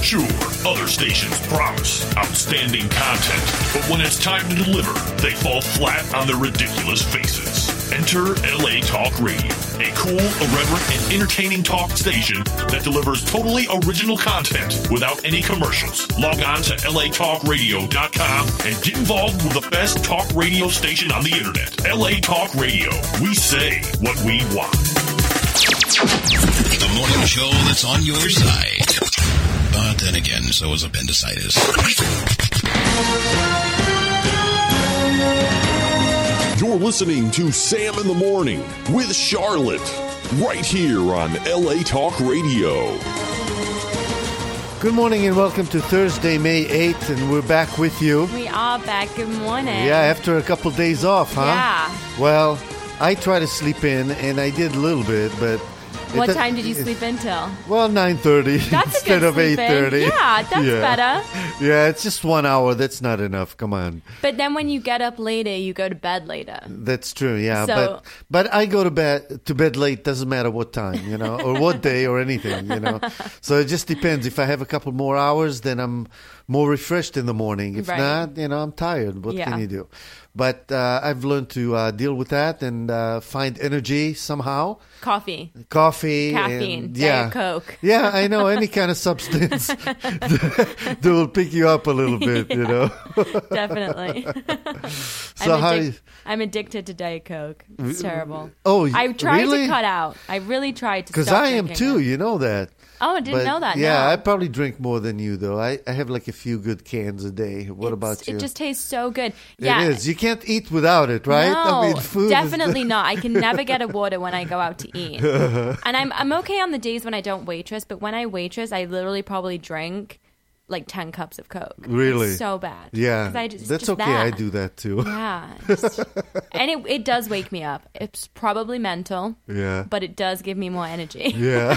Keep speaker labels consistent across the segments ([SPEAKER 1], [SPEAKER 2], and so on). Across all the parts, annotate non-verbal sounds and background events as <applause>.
[SPEAKER 1] Sure, other stations promise outstanding content, but when it's time to deliver, they fall flat on their ridiculous faces. Enter LA Talk Radio, a cool, irreverent, and entertaining talk station that delivers totally original content without any commercials. Log on to latalkradio.com and get involved with the best talk radio station on the internet. LA Talk Radio. We say what we want.
[SPEAKER 2] The morning show that's on your side. But then again, so is appendicitis.
[SPEAKER 3] You're listening to Sam in the Morning with Charlotte, right here on LA Talk Radio.
[SPEAKER 4] Good morning and welcome to Thursday, May 8th, and we're back with you.
[SPEAKER 5] We are back. Good morning.
[SPEAKER 4] Yeah, after a couple days off, huh?
[SPEAKER 5] Yeah.
[SPEAKER 4] Well, I try to sleep in, and I did a little bit, but. it
[SPEAKER 5] What
[SPEAKER 4] do-
[SPEAKER 5] time did you
[SPEAKER 4] it-
[SPEAKER 5] sleep until?
[SPEAKER 4] Well, 9.30
[SPEAKER 5] That's a
[SPEAKER 4] instead
[SPEAKER 5] good
[SPEAKER 4] of
[SPEAKER 5] sleep in.
[SPEAKER 4] 8.30.
[SPEAKER 5] Yeah, that's better.
[SPEAKER 4] Yeah, it's just one hour. That's not enough. Come on.
[SPEAKER 5] But then when you get up later, you go to bed later.
[SPEAKER 4] That's true, yeah.
[SPEAKER 5] So-
[SPEAKER 4] but but I go to bed to bed late. Doesn't matter what time, you know, or what day or anything, you
[SPEAKER 5] <laughs>
[SPEAKER 4] know. So it just depends. If I have a couple more hours, then I'm more refreshed in the morning. If
[SPEAKER 5] Right.
[SPEAKER 4] not, you know, I'm tired. What
[SPEAKER 5] Yeah.
[SPEAKER 4] can you do? But uh, I've learned to uh, deal with that and uh, find energy somehow. <laughs>
[SPEAKER 5] Coffee.
[SPEAKER 4] Coffee,
[SPEAKER 5] Caffeine,
[SPEAKER 4] and,
[SPEAKER 5] Diet
[SPEAKER 4] yeah,
[SPEAKER 5] Coke.
[SPEAKER 4] Yeah, I know any kind of
[SPEAKER 5] <laughs>
[SPEAKER 4] substance that will pick you up a little bit, you
[SPEAKER 5] <laughs>
[SPEAKER 4] know. <laughs>
[SPEAKER 5] Definitely. <laughs>
[SPEAKER 4] So
[SPEAKER 5] I'm,
[SPEAKER 4] how
[SPEAKER 5] addic-
[SPEAKER 4] you-
[SPEAKER 5] I'm addicted to Diet Coke. It's terrible.
[SPEAKER 4] oh, y-
[SPEAKER 5] I tried
[SPEAKER 4] really?
[SPEAKER 5] to cut out. I really tried to.
[SPEAKER 4] Because
[SPEAKER 5] stop
[SPEAKER 4] I am
[SPEAKER 5] drinking
[SPEAKER 4] too,
[SPEAKER 5] it.
[SPEAKER 4] you know that.
[SPEAKER 5] Oh, I didn't
[SPEAKER 4] But,
[SPEAKER 5] know that.
[SPEAKER 4] Yeah,
[SPEAKER 5] no.
[SPEAKER 4] I probably drink more than you though. I, I have like a few good cans a day. What about you?
[SPEAKER 5] It just tastes so good.
[SPEAKER 4] It
[SPEAKER 5] Yeah.
[SPEAKER 4] is. You can't eat without it, right?
[SPEAKER 5] No,
[SPEAKER 4] I mean, food is-
[SPEAKER 5] definitely not. I can
[SPEAKER 4] <laughs>
[SPEAKER 5] never get a water when I go out to eat. and I'm I'm okay on the days when I don't waitress, but when I waitress, I literally probably drink like ten cups of Coke. It's
[SPEAKER 4] Really?
[SPEAKER 5] so bad.
[SPEAKER 4] yeah,
[SPEAKER 5] 'Cause I just-
[SPEAKER 4] that's
[SPEAKER 5] just
[SPEAKER 4] okay.
[SPEAKER 5] that.
[SPEAKER 4] I do that
[SPEAKER 5] <laughs>
[SPEAKER 4] too.
[SPEAKER 5] Yeah,
[SPEAKER 4] <laughs>
[SPEAKER 5] just- and it it does wake me up. It's probably mental,
[SPEAKER 4] Yeah.
[SPEAKER 5] but it does give me more energy.
[SPEAKER 4] Yeah,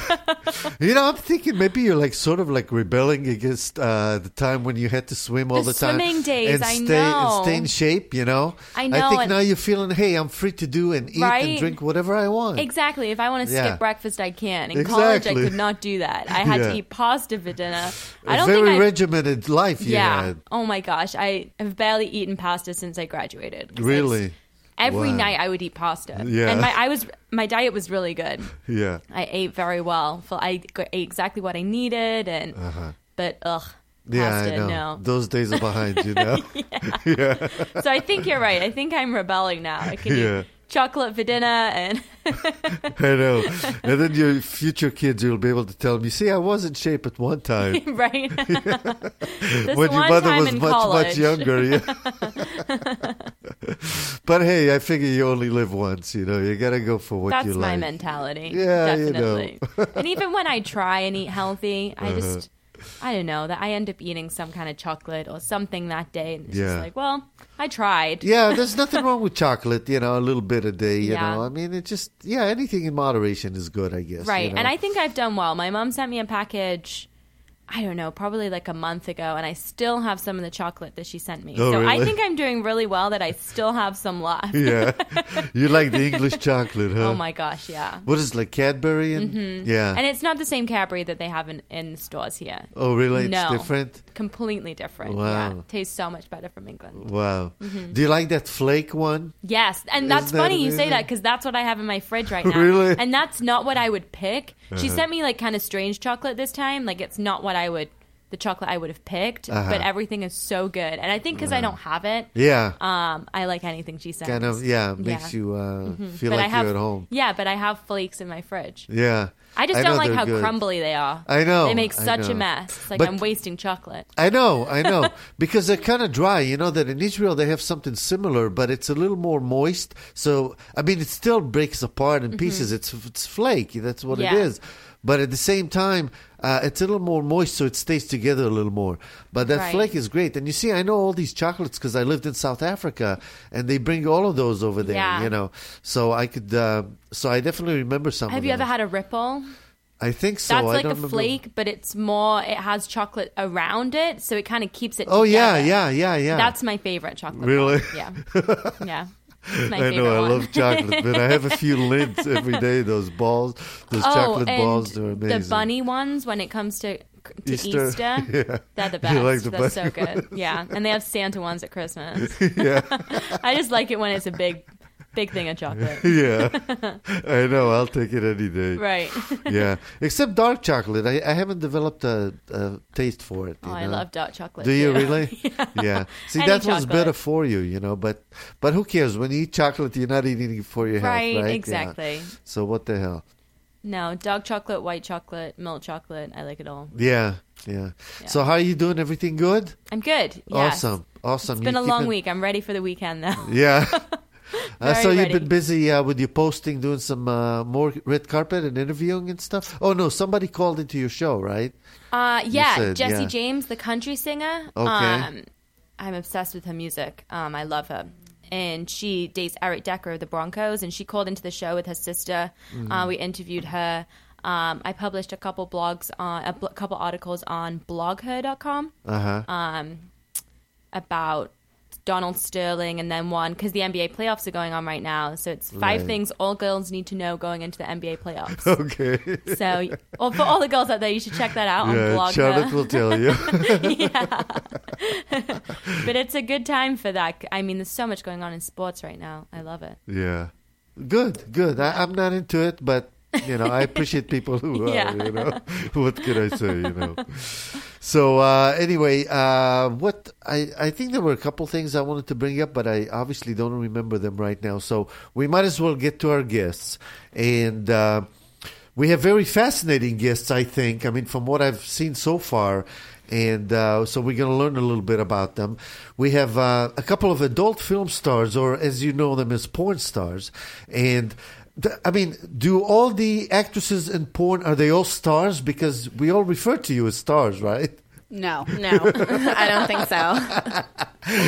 [SPEAKER 4] you know, I'm thinking maybe you're like sort of like rebelling against uh, the time when you had to swim all the,
[SPEAKER 5] The
[SPEAKER 4] time,
[SPEAKER 5] swimming days,
[SPEAKER 4] and
[SPEAKER 5] I
[SPEAKER 4] stay
[SPEAKER 5] know.
[SPEAKER 4] and stay in shape. You know,
[SPEAKER 5] I
[SPEAKER 4] I
[SPEAKER 5] know,
[SPEAKER 4] think
[SPEAKER 5] and-
[SPEAKER 4] now you're feeling, hey, I'm free to do and eat and
[SPEAKER 5] Right?
[SPEAKER 4] drink whatever I want.
[SPEAKER 5] <laughs> Exactly. If I want to
[SPEAKER 4] Yeah.
[SPEAKER 5] skip breakfast, I can. In college, I
[SPEAKER 4] Exactly.
[SPEAKER 5] could not do that. I had
[SPEAKER 4] Yeah.
[SPEAKER 5] to eat pasta for dinner. I
[SPEAKER 4] A
[SPEAKER 5] don't
[SPEAKER 4] very
[SPEAKER 5] think I
[SPEAKER 4] regimented life you
[SPEAKER 5] Yeah.
[SPEAKER 4] had.
[SPEAKER 5] Oh my gosh, I have barely eaten pasta since I graduated. 'Cause I
[SPEAKER 4] Really?
[SPEAKER 5] just- every
[SPEAKER 4] Wow.
[SPEAKER 5] night I would eat pasta.
[SPEAKER 4] Yeah.
[SPEAKER 5] And my I was my diet was really good.
[SPEAKER 4] Yeah.
[SPEAKER 5] I ate very well. For I g- ate exactly what I needed and but ugh.
[SPEAKER 4] Uh-huh. Yeah,
[SPEAKER 5] pasta,
[SPEAKER 4] I know.
[SPEAKER 5] no.
[SPEAKER 4] Those days are behind you
[SPEAKER 5] <laughs>
[SPEAKER 4] now. <laughs>
[SPEAKER 5] So I think you're right. I think I'm rebelling now. I
[SPEAKER 4] <laughs>
[SPEAKER 5] can
[SPEAKER 4] Yeah.
[SPEAKER 5] eat chocolate for dinner and <laughs>
[SPEAKER 4] I know. And then your future kids, you'll be able to tell them, you see, I was in shape at one
[SPEAKER 5] <laughs>
[SPEAKER 4] time <laughs>
[SPEAKER 5] right. this
[SPEAKER 4] when your
[SPEAKER 5] one
[SPEAKER 4] mother
[SPEAKER 5] time
[SPEAKER 4] was
[SPEAKER 5] in
[SPEAKER 4] much,
[SPEAKER 5] college.
[SPEAKER 4] much younger.
[SPEAKER 5] <laughs>
[SPEAKER 4] Yeah. but hey, I figure you only live once, you know. You got to go for what
[SPEAKER 5] That's
[SPEAKER 4] you
[SPEAKER 5] my
[SPEAKER 4] like.
[SPEAKER 5] mentality.
[SPEAKER 4] Yeah, you know. <laughs> Uh-huh.
[SPEAKER 5] definitely. and even when I try and eat healthy, I just I don't know that I end up eating some kind of chocolate or something that day, and it's
[SPEAKER 4] Yeah.
[SPEAKER 5] just like, well, I tried.
[SPEAKER 4] Yeah, there's nothing wrong with chocolate, you know, a little bit a day, you
[SPEAKER 5] Yeah.
[SPEAKER 4] know. I mean, it just, yeah, anything in moderation is good, I guess.
[SPEAKER 5] Right.
[SPEAKER 4] you know.
[SPEAKER 5] And I think I've done well. My mom sent me a package. I don't know, probably like a month ago, and I still have some of the chocolate that she sent me.
[SPEAKER 4] Oh,
[SPEAKER 5] so I
[SPEAKER 4] really?
[SPEAKER 5] think I'm doing really well that I still have some
[SPEAKER 4] <laughs>
[SPEAKER 5] left.
[SPEAKER 4] Yeah. <laughs> you like the English chocolate, huh?
[SPEAKER 5] Oh my gosh, yeah.
[SPEAKER 4] What is it, like Cadbury? And, Yeah.
[SPEAKER 5] And it's not the same Cadbury that they have in, in stores here.
[SPEAKER 4] oh, really?
[SPEAKER 5] no.
[SPEAKER 4] It's different?
[SPEAKER 5] Completely different. Yeah.
[SPEAKER 4] Wow.
[SPEAKER 5] Tastes so much better from England.
[SPEAKER 4] Wow.
[SPEAKER 5] Mm-hmm.
[SPEAKER 4] Do you like that flake one?
[SPEAKER 5] Yes, and that's
[SPEAKER 4] Isn't that
[SPEAKER 5] funny you say
[SPEAKER 4] amazing?
[SPEAKER 5] that because that's what I have in my fridge
[SPEAKER 4] <laughs>
[SPEAKER 5] right now.
[SPEAKER 4] Really? Uh-huh.
[SPEAKER 5] And that's not what I would pick. She sent me like kind of strange chocolate this time. Like it's not what I would, the chocolate I would have picked. But everything is so good, and I think because I don't have it,
[SPEAKER 4] Uh-huh. Yeah.
[SPEAKER 5] um, I like anything she sends.
[SPEAKER 4] kind of, yeah, makes
[SPEAKER 5] Yeah. Mm-hmm.
[SPEAKER 4] you uh, feel
[SPEAKER 5] But
[SPEAKER 4] like
[SPEAKER 5] I have,
[SPEAKER 4] you're at home.
[SPEAKER 5] Yeah, but I have flakes in my fridge.
[SPEAKER 4] Yeah.
[SPEAKER 5] I just
[SPEAKER 4] know
[SPEAKER 5] don't like
[SPEAKER 4] they're
[SPEAKER 5] how
[SPEAKER 4] good.
[SPEAKER 5] crumbly they are.
[SPEAKER 4] I know,
[SPEAKER 5] they make
[SPEAKER 4] I
[SPEAKER 5] such a
[SPEAKER 4] know.
[SPEAKER 5] mess. It's like
[SPEAKER 4] But-
[SPEAKER 5] I'm wasting chocolate.
[SPEAKER 4] I know, I know, <laughs> because they're kind of dry. You know that in Israel they have something similar, but it's a little more moist. So I mean, it still breaks apart in pieces. It's it's flaky. That's what
[SPEAKER 5] Mm-hmm. Yeah.
[SPEAKER 4] it is. But at the same time, uh, it's a little more moist, so it stays together a little more. But that
[SPEAKER 5] Right.
[SPEAKER 4] flake is great, and you see, I know all these chocolates because I lived in South Africa, and they bring all of those over there.
[SPEAKER 5] Yeah.
[SPEAKER 4] You know, so I could, uh, so I definitely remember some.
[SPEAKER 5] Have
[SPEAKER 4] of
[SPEAKER 5] you ever
[SPEAKER 4] those.
[SPEAKER 5] had a ripple?
[SPEAKER 4] I think so.
[SPEAKER 5] That's
[SPEAKER 4] I
[SPEAKER 5] like
[SPEAKER 4] don't
[SPEAKER 5] a
[SPEAKER 4] remember.
[SPEAKER 5] flake, but it's more. It has chocolate around it, so it kind of keeps it.
[SPEAKER 4] Oh yeah,
[SPEAKER 5] together.
[SPEAKER 4] yeah, yeah, yeah.
[SPEAKER 5] That's my favorite chocolate.
[SPEAKER 4] Really?
[SPEAKER 5] <laughs>
[SPEAKER 4] <laughs>
[SPEAKER 5] bar. Yeah, yeah. It's my
[SPEAKER 4] I know
[SPEAKER 5] favorite
[SPEAKER 4] I
[SPEAKER 5] one.
[SPEAKER 4] love chocolate, but I have a few lids every day. Those balls, those
[SPEAKER 5] <laughs> oh,
[SPEAKER 4] chocolate
[SPEAKER 5] and
[SPEAKER 4] balls, they're amazing.
[SPEAKER 5] the bunny ones when it comes to to
[SPEAKER 4] Easter.
[SPEAKER 5] Easter.
[SPEAKER 4] <laughs>
[SPEAKER 5] They're the best.
[SPEAKER 4] like the
[SPEAKER 5] They're
[SPEAKER 4] best
[SPEAKER 5] so good. Yeah, and they have Santa ones at
[SPEAKER 4] <laughs>
[SPEAKER 5] Christmas. <laughs> I just like it when it's a big, big thing
[SPEAKER 4] <laughs>
[SPEAKER 5] of chocolate.
[SPEAKER 4] <laughs>
[SPEAKER 5] <laughs>
[SPEAKER 4] yeah, I know. I'll take it any day.
[SPEAKER 5] Right.
[SPEAKER 4] <laughs> Yeah, except dark chocolate. I, I haven't developed a, a taste for it.
[SPEAKER 5] <laughs> Oh,
[SPEAKER 4] you
[SPEAKER 5] I
[SPEAKER 4] know?
[SPEAKER 5] love dark chocolate.
[SPEAKER 4] Do you
[SPEAKER 5] too. <laughs>
[SPEAKER 4] really? yeah. See,
[SPEAKER 5] Any
[SPEAKER 4] that one's
[SPEAKER 5] chocolate.
[SPEAKER 4] better for you, you know. But but who cares? When you eat chocolate, you're not eating it for your
[SPEAKER 5] Right,
[SPEAKER 4] health, right? Yeah.
[SPEAKER 5] exactly.
[SPEAKER 4] So what the hell?
[SPEAKER 5] No, dark chocolate, white chocolate, milk chocolate. I like it all.
[SPEAKER 4] Yeah, yeah. So how are you doing? Everything good?
[SPEAKER 5] I'm good. Yes.
[SPEAKER 4] Awesome, awesome.
[SPEAKER 5] It's been
[SPEAKER 4] You
[SPEAKER 5] a long
[SPEAKER 4] keeping-
[SPEAKER 5] week. I'm ready for the weekend now. <laughs>
[SPEAKER 4] Yeah. I
[SPEAKER 5] Very
[SPEAKER 4] saw you've
[SPEAKER 5] ready.
[SPEAKER 4] been busy uh, with your posting, doing some uh, more red carpet and interviewing and stuff. Oh no, somebody called into your show, right?
[SPEAKER 5] Uh, yeah,
[SPEAKER 4] said,
[SPEAKER 5] Jesse
[SPEAKER 4] yeah.
[SPEAKER 5] James, the country singer.
[SPEAKER 4] Okay.
[SPEAKER 5] Um, I'm obsessed with her music. Um, I love her. And she dates Eric Decker of the Broncos, and she called into the show with her sister.
[SPEAKER 4] Mm.
[SPEAKER 5] Uh, we interviewed her. Um, I published a couple blogs on a bl- couple articles on blogher.com Uh-huh.
[SPEAKER 4] Uh-huh.
[SPEAKER 5] about Donald Sterling, and then one because the NBA playoffs are going on right now. So it's
[SPEAKER 4] Right.
[SPEAKER 5] five things all girls need to know going into the NBA
[SPEAKER 4] <laughs> <laughs>
[SPEAKER 5] playoffs.
[SPEAKER 4] Okay.
[SPEAKER 5] So, well, for all the girls out there, you should check that out <laughs> on
[SPEAKER 4] yeah,
[SPEAKER 5] Blogger.
[SPEAKER 4] Charlotte will tell
[SPEAKER 5] <laughs>
[SPEAKER 4] you.
[SPEAKER 5] But it's a good time for that. I mean, there's so much going on in sports right now. I love it.
[SPEAKER 4] yeah. Good, good. I, I'm not into it, but you know, I appreciate people who are.
[SPEAKER 5] Yeah.
[SPEAKER 4] You know, <laughs> what can I say? You know. So uh, anyway, uh, what I I think there were a couple things I wanted to bring up, but I obviously don't remember them right now. So we might as well get to our guests, and uh, we have very fascinating guests. I think. I mean, from what I've seen so far. And uh, so we're going to learn a little bit about them. We have uh, a couple of adult film stars, or as you know them as porn stars, and Th- I mean, do all the actresses in porn are they all stars? Because we all refer to you as stars, right?
[SPEAKER 6] No.
[SPEAKER 7] No, I don't think so.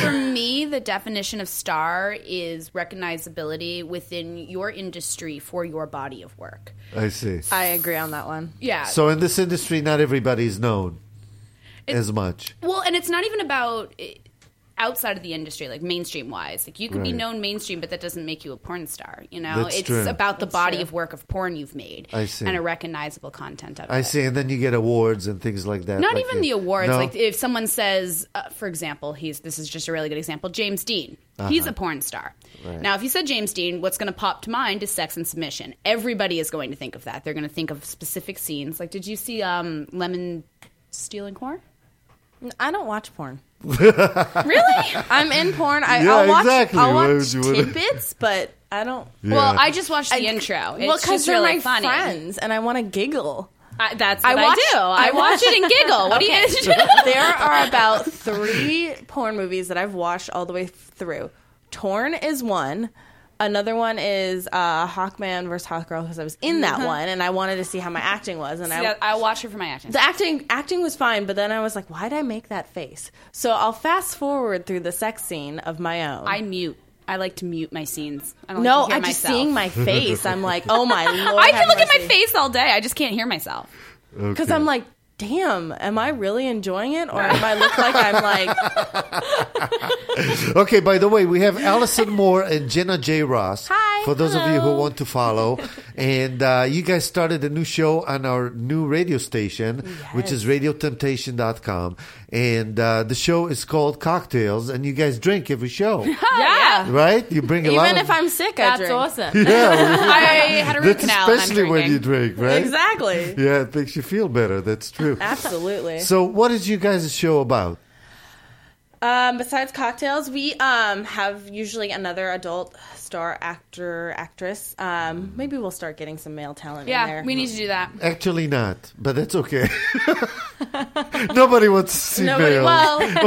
[SPEAKER 6] <laughs> For me, the definition of star is recognizability within your industry for your body of work.
[SPEAKER 4] I see.
[SPEAKER 7] I agree on that one.
[SPEAKER 6] Yeah.
[SPEAKER 4] So in this industry, not everybody is known as much.
[SPEAKER 6] Well, and it's not even about eh, outside of the industry, like mainstream wise. Like you could be
[SPEAKER 4] Right.
[SPEAKER 6] known mainstream, but that doesn't make you a porn star. You know,
[SPEAKER 4] That's
[SPEAKER 6] it's
[SPEAKER 4] true.
[SPEAKER 6] about the body of work of porn you've made
[SPEAKER 4] I see.
[SPEAKER 6] and a recognizable content of it.
[SPEAKER 4] I see, and then you get awards and things like that.
[SPEAKER 6] Not
[SPEAKER 4] like
[SPEAKER 6] even
[SPEAKER 4] it-
[SPEAKER 6] the awards.
[SPEAKER 4] No?
[SPEAKER 6] Like if someone says, uh, for example, he's this is just a really good example. James Dean, he's a porn star. Now, if you said James Dean, what's going to pop to mind is Sex and Submission. Everybody is going to think of that. They're going to think of specific scenes. Like, did you see um, Lemon Stealing Corn?
[SPEAKER 7] I don't watch
[SPEAKER 4] <laughs>
[SPEAKER 7] porn.
[SPEAKER 6] Really?
[SPEAKER 7] I'm in porn. I,
[SPEAKER 4] Yeah,
[SPEAKER 7] I'll watch,
[SPEAKER 4] exactly.
[SPEAKER 7] I'll
[SPEAKER 4] Why
[SPEAKER 7] watch
[SPEAKER 4] would you wanna-
[SPEAKER 7] tidbits, but I don't.
[SPEAKER 6] Well, I just watched the intro. It's
[SPEAKER 7] well, because
[SPEAKER 6] just
[SPEAKER 7] they're
[SPEAKER 6] really
[SPEAKER 7] my
[SPEAKER 6] funny.
[SPEAKER 7] friends, and I want
[SPEAKER 6] <laughs>
[SPEAKER 7] to giggle.
[SPEAKER 6] I, that's what I,
[SPEAKER 7] watch-
[SPEAKER 6] do. I watch it and giggle. What do you do?
[SPEAKER 7] there are about three porn movies that I've watched all the way through. Torn is one. Another one is uh, Hawkman versus Hawkgirl because I was in that
[SPEAKER 6] Mm-hmm.
[SPEAKER 7] one and I wanted to see how my acting was. And I,
[SPEAKER 6] Yeah, <laughs> I watch it for my action.
[SPEAKER 7] the acting acting was fine, but then I was like, why did I make that face? So I'll fast forward through the sex scene of my own.
[SPEAKER 6] I mute. I like to mute my scenes. I don't
[SPEAKER 7] no,
[SPEAKER 6] like to hear
[SPEAKER 7] I'm just
[SPEAKER 6] myself.
[SPEAKER 7] seeing my face. I'm like, oh my <laughs>
[SPEAKER 6] <laughs>
[SPEAKER 7] lord!
[SPEAKER 6] I can
[SPEAKER 7] have
[SPEAKER 6] look at my
[SPEAKER 7] mercy.
[SPEAKER 6] face all day. I just can't hear myself.
[SPEAKER 7] because I'm like, damn, am I really enjoying it, or am I look like I'm <laughs> like,
[SPEAKER 4] Okay, by the way, we have Allison Moore and Jenna J. Ross.
[SPEAKER 7] Hi,
[SPEAKER 4] For those of you who
[SPEAKER 7] hello.
[SPEAKER 4] want to
[SPEAKER 7] <laughs>
[SPEAKER 4] follow. and uh, you guys started a new show on our new radio station, which is radiotemptation.com. And uh, the show is called Cocktails, and you guys drink every show,
[SPEAKER 7] <laughs>
[SPEAKER 5] Oh, Yeah.
[SPEAKER 4] right? You bring a lot
[SPEAKER 7] even
[SPEAKER 4] of.
[SPEAKER 7] if I'm sick, I
[SPEAKER 5] That's
[SPEAKER 7] drink.
[SPEAKER 5] awesome.
[SPEAKER 6] <laughs> I had a root
[SPEAKER 4] That's
[SPEAKER 6] canal. and I'm
[SPEAKER 4] especially when
[SPEAKER 6] drinking.
[SPEAKER 4] you drink, right?
[SPEAKER 7] <laughs> Exactly.
[SPEAKER 4] Yeah, it makes you feel better. That's true.
[SPEAKER 7] Absolutely.
[SPEAKER 4] So, what is you guys' show about?
[SPEAKER 7] Um, besides cocktails, we um, have usually another adult star actor actress. Um, maybe we'll start getting some male talent in
[SPEAKER 6] Yeah,
[SPEAKER 7] there.
[SPEAKER 6] we
[SPEAKER 7] <laughs>
[SPEAKER 6] need to do that.
[SPEAKER 4] Actually, not, but that's okay. <laughs> Nobody wants to see
[SPEAKER 7] Nobody-
[SPEAKER 4] male.
[SPEAKER 7] well,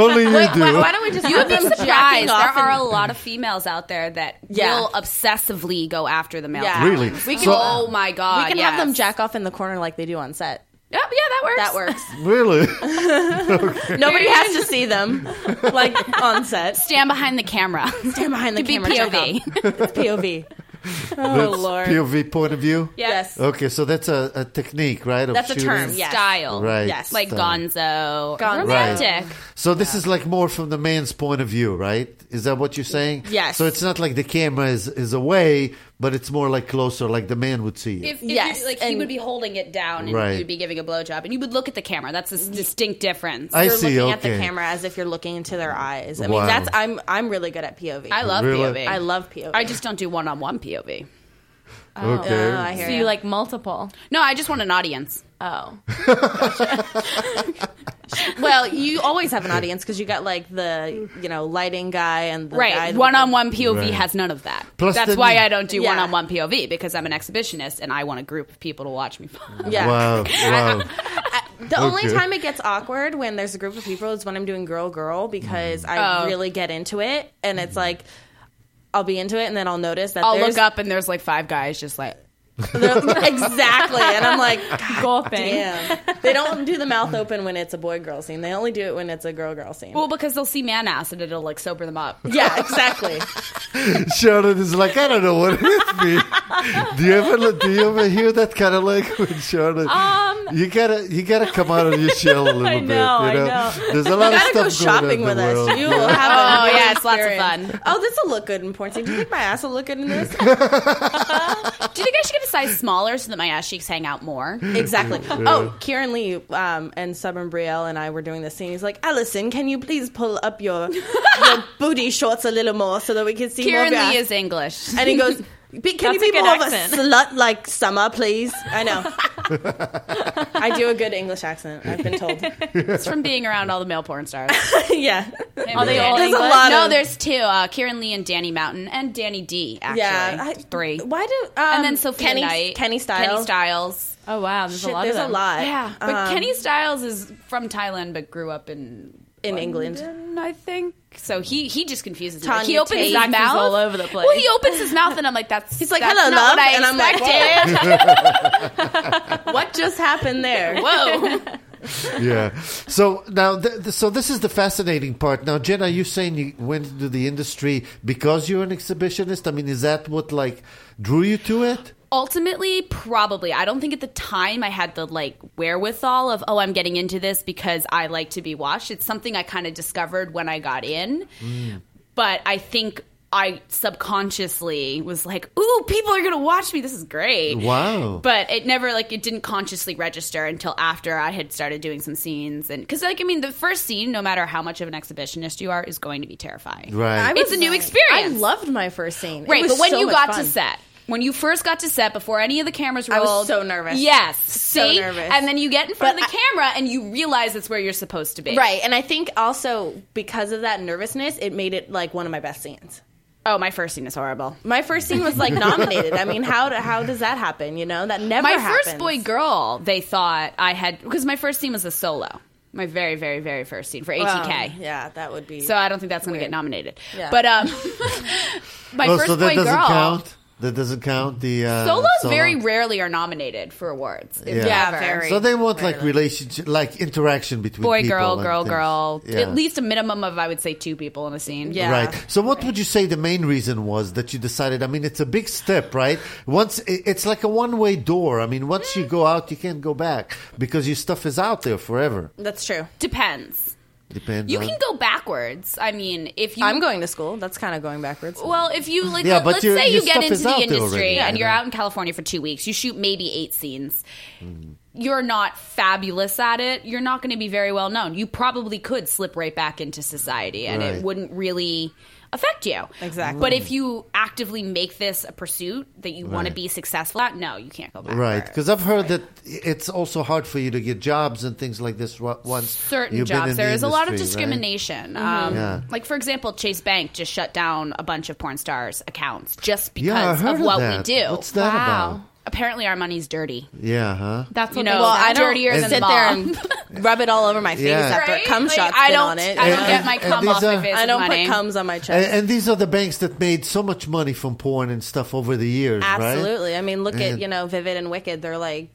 [SPEAKER 4] <laughs> Only you do.
[SPEAKER 7] why, why don't we just
[SPEAKER 6] You would
[SPEAKER 7] have
[SPEAKER 6] be
[SPEAKER 7] them
[SPEAKER 6] surprised.
[SPEAKER 7] jacking
[SPEAKER 6] There
[SPEAKER 7] off
[SPEAKER 6] are
[SPEAKER 7] and-
[SPEAKER 6] a lot of females out there that
[SPEAKER 7] Yeah.
[SPEAKER 6] will obsessively go after the male.
[SPEAKER 7] Yeah.
[SPEAKER 6] talent.
[SPEAKER 4] Really?
[SPEAKER 7] We can-
[SPEAKER 6] oh my god!
[SPEAKER 7] we can have
[SPEAKER 6] yes.
[SPEAKER 7] them jack off in the corner like they do on set.
[SPEAKER 6] Yep, yeah, that works.
[SPEAKER 7] That works.
[SPEAKER 4] uh, really?
[SPEAKER 7] <laughs> Nobody has to see <laughs> them like on
[SPEAKER 6] <laughs>
[SPEAKER 7] set.
[SPEAKER 6] Stand behind the camera.
[SPEAKER 7] Stand behind the
[SPEAKER 6] Could be
[SPEAKER 7] camera. check out. It's POV. Oh
[SPEAKER 4] That's
[SPEAKER 7] lord.
[SPEAKER 4] POV point of view?
[SPEAKER 7] Yes.
[SPEAKER 4] Okay, so that's a, a technique, right? of
[SPEAKER 7] That's a term,
[SPEAKER 4] shooting?
[SPEAKER 6] <laughs>
[SPEAKER 7] yes.
[SPEAKER 6] Style,
[SPEAKER 4] Right. Uh,
[SPEAKER 7] Yes.
[SPEAKER 6] Like Gonzo,
[SPEAKER 7] Gonzo.
[SPEAKER 6] romantic.
[SPEAKER 4] So this is like more from the man's point of view, right? Is that what you're saying?
[SPEAKER 7] Yes.
[SPEAKER 4] So it's not like the camera is, is away, but it's more like closer, like the man would see you.
[SPEAKER 6] If, if you-
[SPEAKER 7] Yes,
[SPEAKER 6] like he
[SPEAKER 7] and-
[SPEAKER 6] would be holding it down and
[SPEAKER 4] Right.
[SPEAKER 6] you'd be giving a blowjob, and you would look at the camera. That's a s- distinct difference.
[SPEAKER 4] I
[SPEAKER 7] You're
[SPEAKER 4] see.
[SPEAKER 7] looking at
[SPEAKER 4] okay.
[SPEAKER 7] the camera as if you're looking into their eyes. I mean,
[SPEAKER 4] Wow.
[SPEAKER 7] that's I'm I'm really good at POV.
[SPEAKER 6] I love
[SPEAKER 4] Really?
[SPEAKER 6] POV.
[SPEAKER 7] I love POV. <laughs>
[SPEAKER 6] I just don't do one-on-one POV.
[SPEAKER 4] Okay.
[SPEAKER 7] Oh, I hear
[SPEAKER 5] So
[SPEAKER 7] ya.
[SPEAKER 5] you like multiple?
[SPEAKER 6] No, I just want an audience.
[SPEAKER 5] Oh,
[SPEAKER 7] well, you always have an audience because you got like the you know lighting guy and the guy
[SPEAKER 6] Right.
[SPEAKER 7] with
[SPEAKER 6] One on one POV
[SPEAKER 4] Right.
[SPEAKER 6] has none of that.
[SPEAKER 4] Plus
[SPEAKER 6] That's
[SPEAKER 4] the-
[SPEAKER 6] why I don't do
[SPEAKER 7] Yeah.
[SPEAKER 6] one on one POV because I'm an exhibitionist and I want a group of people to watch me. <laughs>
[SPEAKER 7] the- Yeah. <laughs>
[SPEAKER 4] Wow. Wow.
[SPEAKER 7] The only
[SPEAKER 4] Okay.
[SPEAKER 7] time it gets awkward when there's a group of people is when I'm doing girl girl because I
[SPEAKER 6] Oh.
[SPEAKER 7] really get into it and it's like I'll be into it and then I'll notice that
[SPEAKER 6] I'll
[SPEAKER 7] there's
[SPEAKER 6] look up and there's like five guys just like <laughs>
[SPEAKER 7] exactly and I'm like God
[SPEAKER 5] gulping.
[SPEAKER 7] damn. They don't do the mouth open when it's a boy girl scene. They only do it when it's a girl girl scene.
[SPEAKER 6] well because they'll see man ass and it'll like sober them up.
[SPEAKER 7] yeah, exactly.
[SPEAKER 4] Sharon is like, I don't know what it means. do you ever do you ever hear that kind of language, Sharon?
[SPEAKER 5] Um,
[SPEAKER 4] you gotta you gotta come out of your shell a little
[SPEAKER 5] I
[SPEAKER 4] bit.
[SPEAKER 5] know,
[SPEAKER 4] you
[SPEAKER 5] I
[SPEAKER 4] know?
[SPEAKER 5] know.
[SPEAKER 4] There's a lot of
[SPEAKER 7] Gotta
[SPEAKER 4] stuff
[SPEAKER 7] go shopping
[SPEAKER 4] going on in
[SPEAKER 7] with
[SPEAKER 4] the
[SPEAKER 7] us.
[SPEAKER 4] world.
[SPEAKER 7] You will have
[SPEAKER 6] Oh
[SPEAKER 7] a
[SPEAKER 6] yeah, it's lots of
[SPEAKER 7] experience.
[SPEAKER 6] fun.
[SPEAKER 7] Oh, this will look good in porn scene. Do you think my ass will look good
[SPEAKER 4] <laughs>
[SPEAKER 7] in this?
[SPEAKER 6] <laughs> Do you think I should get a size smaller so that my ass cheeks hang out more?
[SPEAKER 7] Exactly. Oh, Kieran Lee um, and Southern Brielle and I were doing this scene. He's like, Allison, can you please pull up
[SPEAKER 6] <laughs>
[SPEAKER 7] your, your booty shorts a little more so that we can see
[SPEAKER 6] Kieran
[SPEAKER 7] <laughs> more of
[SPEAKER 6] Lee
[SPEAKER 7] your
[SPEAKER 6] is English.
[SPEAKER 7] And
[SPEAKER 6] <laughs>
[SPEAKER 7] he goes, "Be- can
[SPEAKER 5] That's a
[SPEAKER 7] you be
[SPEAKER 5] good
[SPEAKER 7] more
[SPEAKER 5] accent."
[SPEAKER 7] of a slut like Summer, please? I <laughs> know. I do a good English accent, I've
[SPEAKER 6] <laughs>
[SPEAKER 7] been told.
[SPEAKER 6] It's from being around all the male porn
[SPEAKER 7] <laughs>
[SPEAKER 6] stars.
[SPEAKER 7] yeah.
[SPEAKER 6] Are
[SPEAKER 5] they all
[SPEAKER 7] There's a English? lot
[SPEAKER 6] no,
[SPEAKER 7] of-
[SPEAKER 6] there's two. Uh, Kieran Lee and Danny Mountain and Danny D. Actually,
[SPEAKER 7] Yeah. I-
[SPEAKER 6] three.
[SPEAKER 7] Why do. Um,
[SPEAKER 6] and then Sophia
[SPEAKER 7] Kenny,
[SPEAKER 6] Knight,
[SPEAKER 7] Kenny Styles.
[SPEAKER 6] Kenny Styles.
[SPEAKER 5] Oh wow, there's
[SPEAKER 7] Shit,
[SPEAKER 5] a lot
[SPEAKER 7] there's
[SPEAKER 5] of
[SPEAKER 7] a
[SPEAKER 5] them.
[SPEAKER 7] lot.
[SPEAKER 6] Yeah, but
[SPEAKER 7] Um,
[SPEAKER 6] Kenny Styles is from Thailand but grew up in
[SPEAKER 7] In England.
[SPEAKER 6] London, I think. So he he just confuses me.
[SPEAKER 7] Tanya
[SPEAKER 6] Like, he opens his
[SPEAKER 7] Tate.
[SPEAKER 6] mouth
[SPEAKER 7] He's all over the place.
[SPEAKER 6] Well, he opens his mouth and I'm like, that's
[SPEAKER 7] He's like,
[SPEAKER 6] that's
[SPEAKER 7] hello,
[SPEAKER 6] not
[SPEAKER 7] love.
[SPEAKER 6] what I
[SPEAKER 7] and I'm like,
[SPEAKER 6] expected.
[SPEAKER 7] <laughs> "Whoa." what just happened
[SPEAKER 6] <laughs>
[SPEAKER 7] there? <laughs>
[SPEAKER 6] Whoa,
[SPEAKER 4] yeah. So now, th- th- so this is the fascinating part. Now, Jen, are you saying you went into the industry because you're an exhibitionist? I mean, is that what like drew you to it?
[SPEAKER 6] ultimately probably i don't think at the time i had the like wherewithal of oh i'm getting into this because i like to be watched it's something i kind of discovered when i got in
[SPEAKER 4] Mm.
[SPEAKER 6] but i think i subconsciously was like ooh people are gonna watch me this is great
[SPEAKER 4] Wow.
[SPEAKER 6] but it never like it didn't consciously register until after i had started doing some scenes and because like i mean the first scene no matter how much of an exhibitionist you are is going to be terrifying
[SPEAKER 4] Right.
[SPEAKER 6] it's a new experience
[SPEAKER 7] I loved my first scene. It
[SPEAKER 6] Right,
[SPEAKER 7] was
[SPEAKER 6] but when
[SPEAKER 7] so
[SPEAKER 6] you
[SPEAKER 7] much
[SPEAKER 6] got
[SPEAKER 7] fun.
[SPEAKER 6] to set, when you first got to set, before any of the cameras rolled,
[SPEAKER 7] I was so nervous.
[SPEAKER 6] Yes,
[SPEAKER 7] So
[SPEAKER 6] see?
[SPEAKER 7] nervous.
[SPEAKER 6] And then you get in front
[SPEAKER 7] But
[SPEAKER 6] of the camera and you realize it's where you're supposed to be.
[SPEAKER 7] Right, and I think also because of that nervousness, it made it like one of my best scenes.
[SPEAKER 6] Oh, my first scene is horrible.
[SPEAKER 7] My first scene was like nominated. I mean, how how does that happen? You know, that never.
[SPEAKER 6] My
[SPEAKER 7] happens.
[SPEAKER 6] first boy girl, they thought I had because my first scene was a solo. My very, very, very first scene for ATK.
[SPEAKER 7] Yeah, that would be.
[SPEAKER 6] So I don't think that's going to get nominated.
[SPEAKER 7] Yeah.
[SPEAKER 6] But
[SPEAKER 7] <laughs>
[SPEAKER 6] um, my
[SPEAKER 4] Oh,
[SPEAKER 6] first
[SPEAKER 4] so that
[SPEAKER 6] boy
[SPEAKER 4] doesn't
[SPEAKER 6] girl
[SPEAKER 4] count. That doesn't count. The uh,
[SPEAKER 6] solos
[SPEAKER 4] solo?
[SPEAKER 6] very rarely are nominated for awards. if
[SPEAKER 4] Yeah.
[SPEAKER 6] ever.
[SPEAKER 7] very.
[SPEAKER 4] So they want like relationship, like interaction between
[SPEAKER 6] boy,
[SPEAKER 4] people
[SPEAKER 6] girl,
[SPEAKER 4] and
[SPEAKER 6] girl,
[SPEAKER 4] things.
[SPEAKER 6] girl.
[SPEAKER 4] Yeah.
[SPEAKER 6] At least a minimum of I would say two people in a scene.
[SPEAKER 7] Yeah.
[SPEAKER 4] Right. So, what would you say the main reason was that you decided? I mean, it's a big step, right? Once i- it's like a one-way door. I mean, once you go out, you can't go back because your stuff is out there forever.
[SPEAKER 7] That's true.
[SPEAKER 6] Depends.
[SPEAKER 4] Depends.
[SPEAKER 6] You
[SPEAKER 4] on-
[SPEAKER 6] can go backwards. I mean, if you
[SPEAKER 7] I'm going to school. That's kind of going backwards.
[SPEAKER 6] Well, if you like, uh,
[SPEAKER 4] Yeah, but
[SPEAKER 6] let's
[SPEAKER 4] your-
[SPEAKER 6] say
[SPEAKER 4] your
[SPEAKER 6] you get
[SPEAKER 4] stuff
[SPEAKER 6] into
[SPEAKER 4] is
[SPEAKER 6] the
[SPEAKER 4] out there
[SPEAKER 6] industry
[SPEAKER 4] already,
[SPEAKER 6] and
[SPEAKER 4] you
[SPEAKER 6] you're
[SPEAKER 4] know?
[SPEAKER 6] out in California for two weeks, you shoot maybe eight scenes.
[SPEAKER 4] Mm.
[SPEAKER 6] You're not fabulous at it. You're not going to be very well known. You probably could slip right back into society, and
[SPEAKER 4] Right. Mm.
[SPEAKER 6] it wouldn't really affect you.
[SPEAKER 7] Exactly.
[SPEAKER 6] But if you actively make this a pursuit that you want to
[SPEAKER 4] Right.
[SPEAKER 6] be successful at, no, you can't go back.
[SPEAKER 4] Right, because I've heard that it's also hard for you to get jobs and things like this wa- once
[SPEAKER 6] certain
[SPEAKER 4] you've been
[SPEAKER 6] jobs
[SPEAKER 4] in the
[SPEAKER 6] there is a lot of
[SPEAKER 4] industry, right? Mm-hmm.
[SPEAKER 6] discrimination um,
[SPEAKER 4] Yeah.
[SPEAKER 6] like for example chase bank just shut down a bunch of porn stars accounts just because
[SPEAKER 4] Yeah, I heard
[SPEAKER 6] of what
[SPEAKER 4] that.
[SPEAKER 6] we do
[SPEAKER 4] What's that Wow. about?
[SPEAKER 6] apparently our money's dirty
[SPEAKER 4] Yeah, huh?
[SPEAKER 5] That's
[SPEAKER 6] you
[SPEAKER 5] what they
[SPEAKER 6] know
[SPEAKER 5] said.
[SPEAKER 6] I don't dirtier than
[SPEAKER 7] sit
[SPEAKER 6] mom.
[SPEAKER 7] there
[SPEAKER 5] <laughs>
[SPEAKER 6] <laughs>
[SPEAKER 7] and rub it all over my face
[SPEAKER 4] Yeah.
[SPEAKER 7] after
[SPEAKER 6] Right?
[SPEAKER 7] cum
[SPEAKER 6] Like,
[SPEAKER 7] shots
[SPEAKER 6] I
[SPEAKER 7] been
[SPEAKER 6] don't
[SPEAKER 7] on it.
[SPEAKER 6] i
[SPEAKER 7] you
[SPEAKER 6] don't
[SPEAKER 7] know?
[SPEAKER 6] get my
[SPEAKER 4] And
[SPEAKER 6] cum
[SPEAKER 4] these
[SPEAKER 6] off my
[SPEAKER 4] are-
[SPEAKER 6] face
[SPEAKER 7] I don't
[SPEAKER 6] with money.
[SPEAKER 7] put cums on my
[SPEAKER 4] And,
[SPEAKER 7] chest.
[SPEAKER 4] and these are the banks that made so much money from porn and stuff over the years, right?
[SPEAKER 7] Absolutely. I mean, look at
[SPEAKER 4] And-
[SPEAKER 7] you know Vivid and Wicked. They're like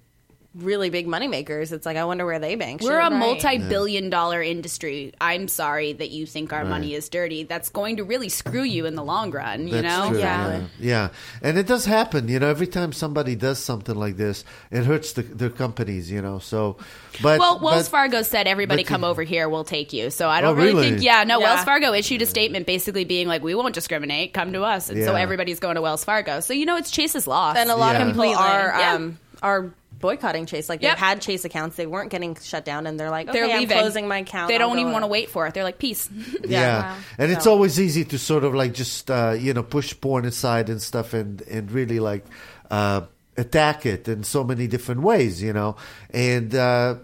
[SPEAKER 7] really big moneymakers. It's like I wonder where they bank.
[SPEAKER 6] We're
[SPEAKER 7] shit.
[SPEAKER 6] a multi-billion dollar industry. I'm sorry that you think our money is dirty. That's going to really screw you in the long run, you know?
[SPEAKER 4] True,
[SPEAKER 5] Yeah.
[SPEAKER 4] yeah, yeah, and it does happen. You know, every time somebody does something like this, it hurts the, their companies. You know, so but
[SPEAKER 6] Well, Wells
[SPEAKER 4] but-
[SPEAKER 6] Fargo said everybody
[SPEAKER 4] but
[SPEAKER 6] come
[SPEAKER 4] you-
[SPEAKER 6] over here, we'll take you. So I don't
[SPEAKER 4] Oh,
[SPEAKER 6] really,
[SPEAKER 4] really?
[SPEAKER 6] think yeah, no,
[SPEAKER 7] Yeah.
[SPEAKER 6] Wells Fargo issued a statement basically being like we won't discriminate, come to us. And so
[SPEAKER 4] Yeah.
[SPEAKER 6] everybody's going to Wells Fargo. So you know it's Chase's loss.
[SPEAKER 7] and a lot
[SPEAKER 4] Yeah.
[SPEAKER 7] of people
[SPEAKER 6] Completely.
[SPEAKER 7] are
[SPEAKER 6] Yeah.
[SPEAKER 7] um, are boycotting Chase. Like
[SPEAKER 6] Yep.
[SPEAKER 7] they've had Chase accounts, they weren't getting shut down, and they're like,
[SPEAKER 6] they're
[SPEAKER 7] "Okay, I'm
[SPEAKER 6] leaving.
[SPEAKER 7] closing my account.
[SPEAKER 6] They
[SPEAKER 7] I'll
[SPEAKER 6] don't
[SPEAKER 7] go
[SPEAKER 6] even want to
[SPEAKER 7] out."
[SPEAKER 6] wait for it. They're like
[SPEAKER 7] <laughs>
[SPEAKER 6] peace.
[SPEAKER 4] <laughs> yeah,
[SPEAKER 7] Wow.
[SPEAKER 4] and it's
[SPEAKER 7] So-
[SPEAKER 4] always easy to sort of like just uh, you know push porn aside and stuff, and and really like uh, attack it in so many different ways, you know, and. Uh,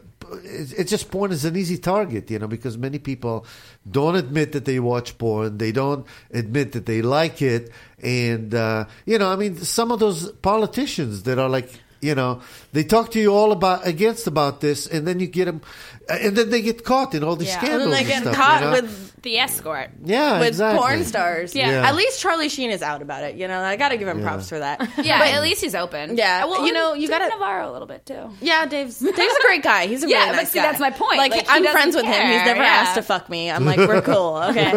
[SPEAKER 4] it's it's just porn is an easy target, you know, because many people don't admit that they watch porn. They don't admit that they like it. And, uh, you know, I mean, some of those politicians that are like you know they talk to you all about against about this and then you get them and then they get caught in all these
[SPEAKER 6] Yeah. And then
[SPEAKER 4] scandals
[SPEAKER 7] And they
[SPEAKER 4] and
[SPEAKER 7] get
[SPEAKER 4] stuff,
[SPEAKER 7] caught
[SPEAKER 4] you know?
[SPEAKER 7] with
[SPEAKER 6] the escort.
[SPEAKER 4] yeah
[SPEAKER 7] with
[SPEAKER 4] exactly.
[SPEAKER 7] porn stars.
[SPEAKER 6] Yeah. Yeah.
[SPEAKER 7] At least Charlie Sheen is out about it. You know, I got to give him props for that.
[SPEAKER 6] <laughs> Yeah, at least he's open.
[SPEAKER 7] Yeah, you know, you
[SPEAKER 5] Dave
[SPEAKER 7] gotta-
[SPEAKER 5] Navarro a little bit too.
[SPEAKER 7] Yeah, Dave's Dave's a great guy. He's
[SPEAKER 6] <laughs>
[SPEAKER 7] a
[SPEAKER 6] Yeah,
[SPEAKER 7] really
[SPEAKER 6] but
[SPEAKER 7] nice
[SPEAKER 6] see,
[SPEAKER 7] guy.
[SPEAKER 6] that's my point.
[SPEAKER 7] Like,
[SPEAKER 6] Like, he
[SPEAKER 7] I'm
[SPEAKER 6] doesn't
[SPEAKER 7] friends with him. He's
[SPEAKER 6] care,
[SPEAKER 7] never
[SPEAKER 6] yeah.
[SPEAKER 7] asked to fuck me. I'm
[SPEAKER 4] <laughs>
[SPEAKER 7] like, we're cool.
[SPEAKER 6] <laughs>
[SPEAKER 7] Okay.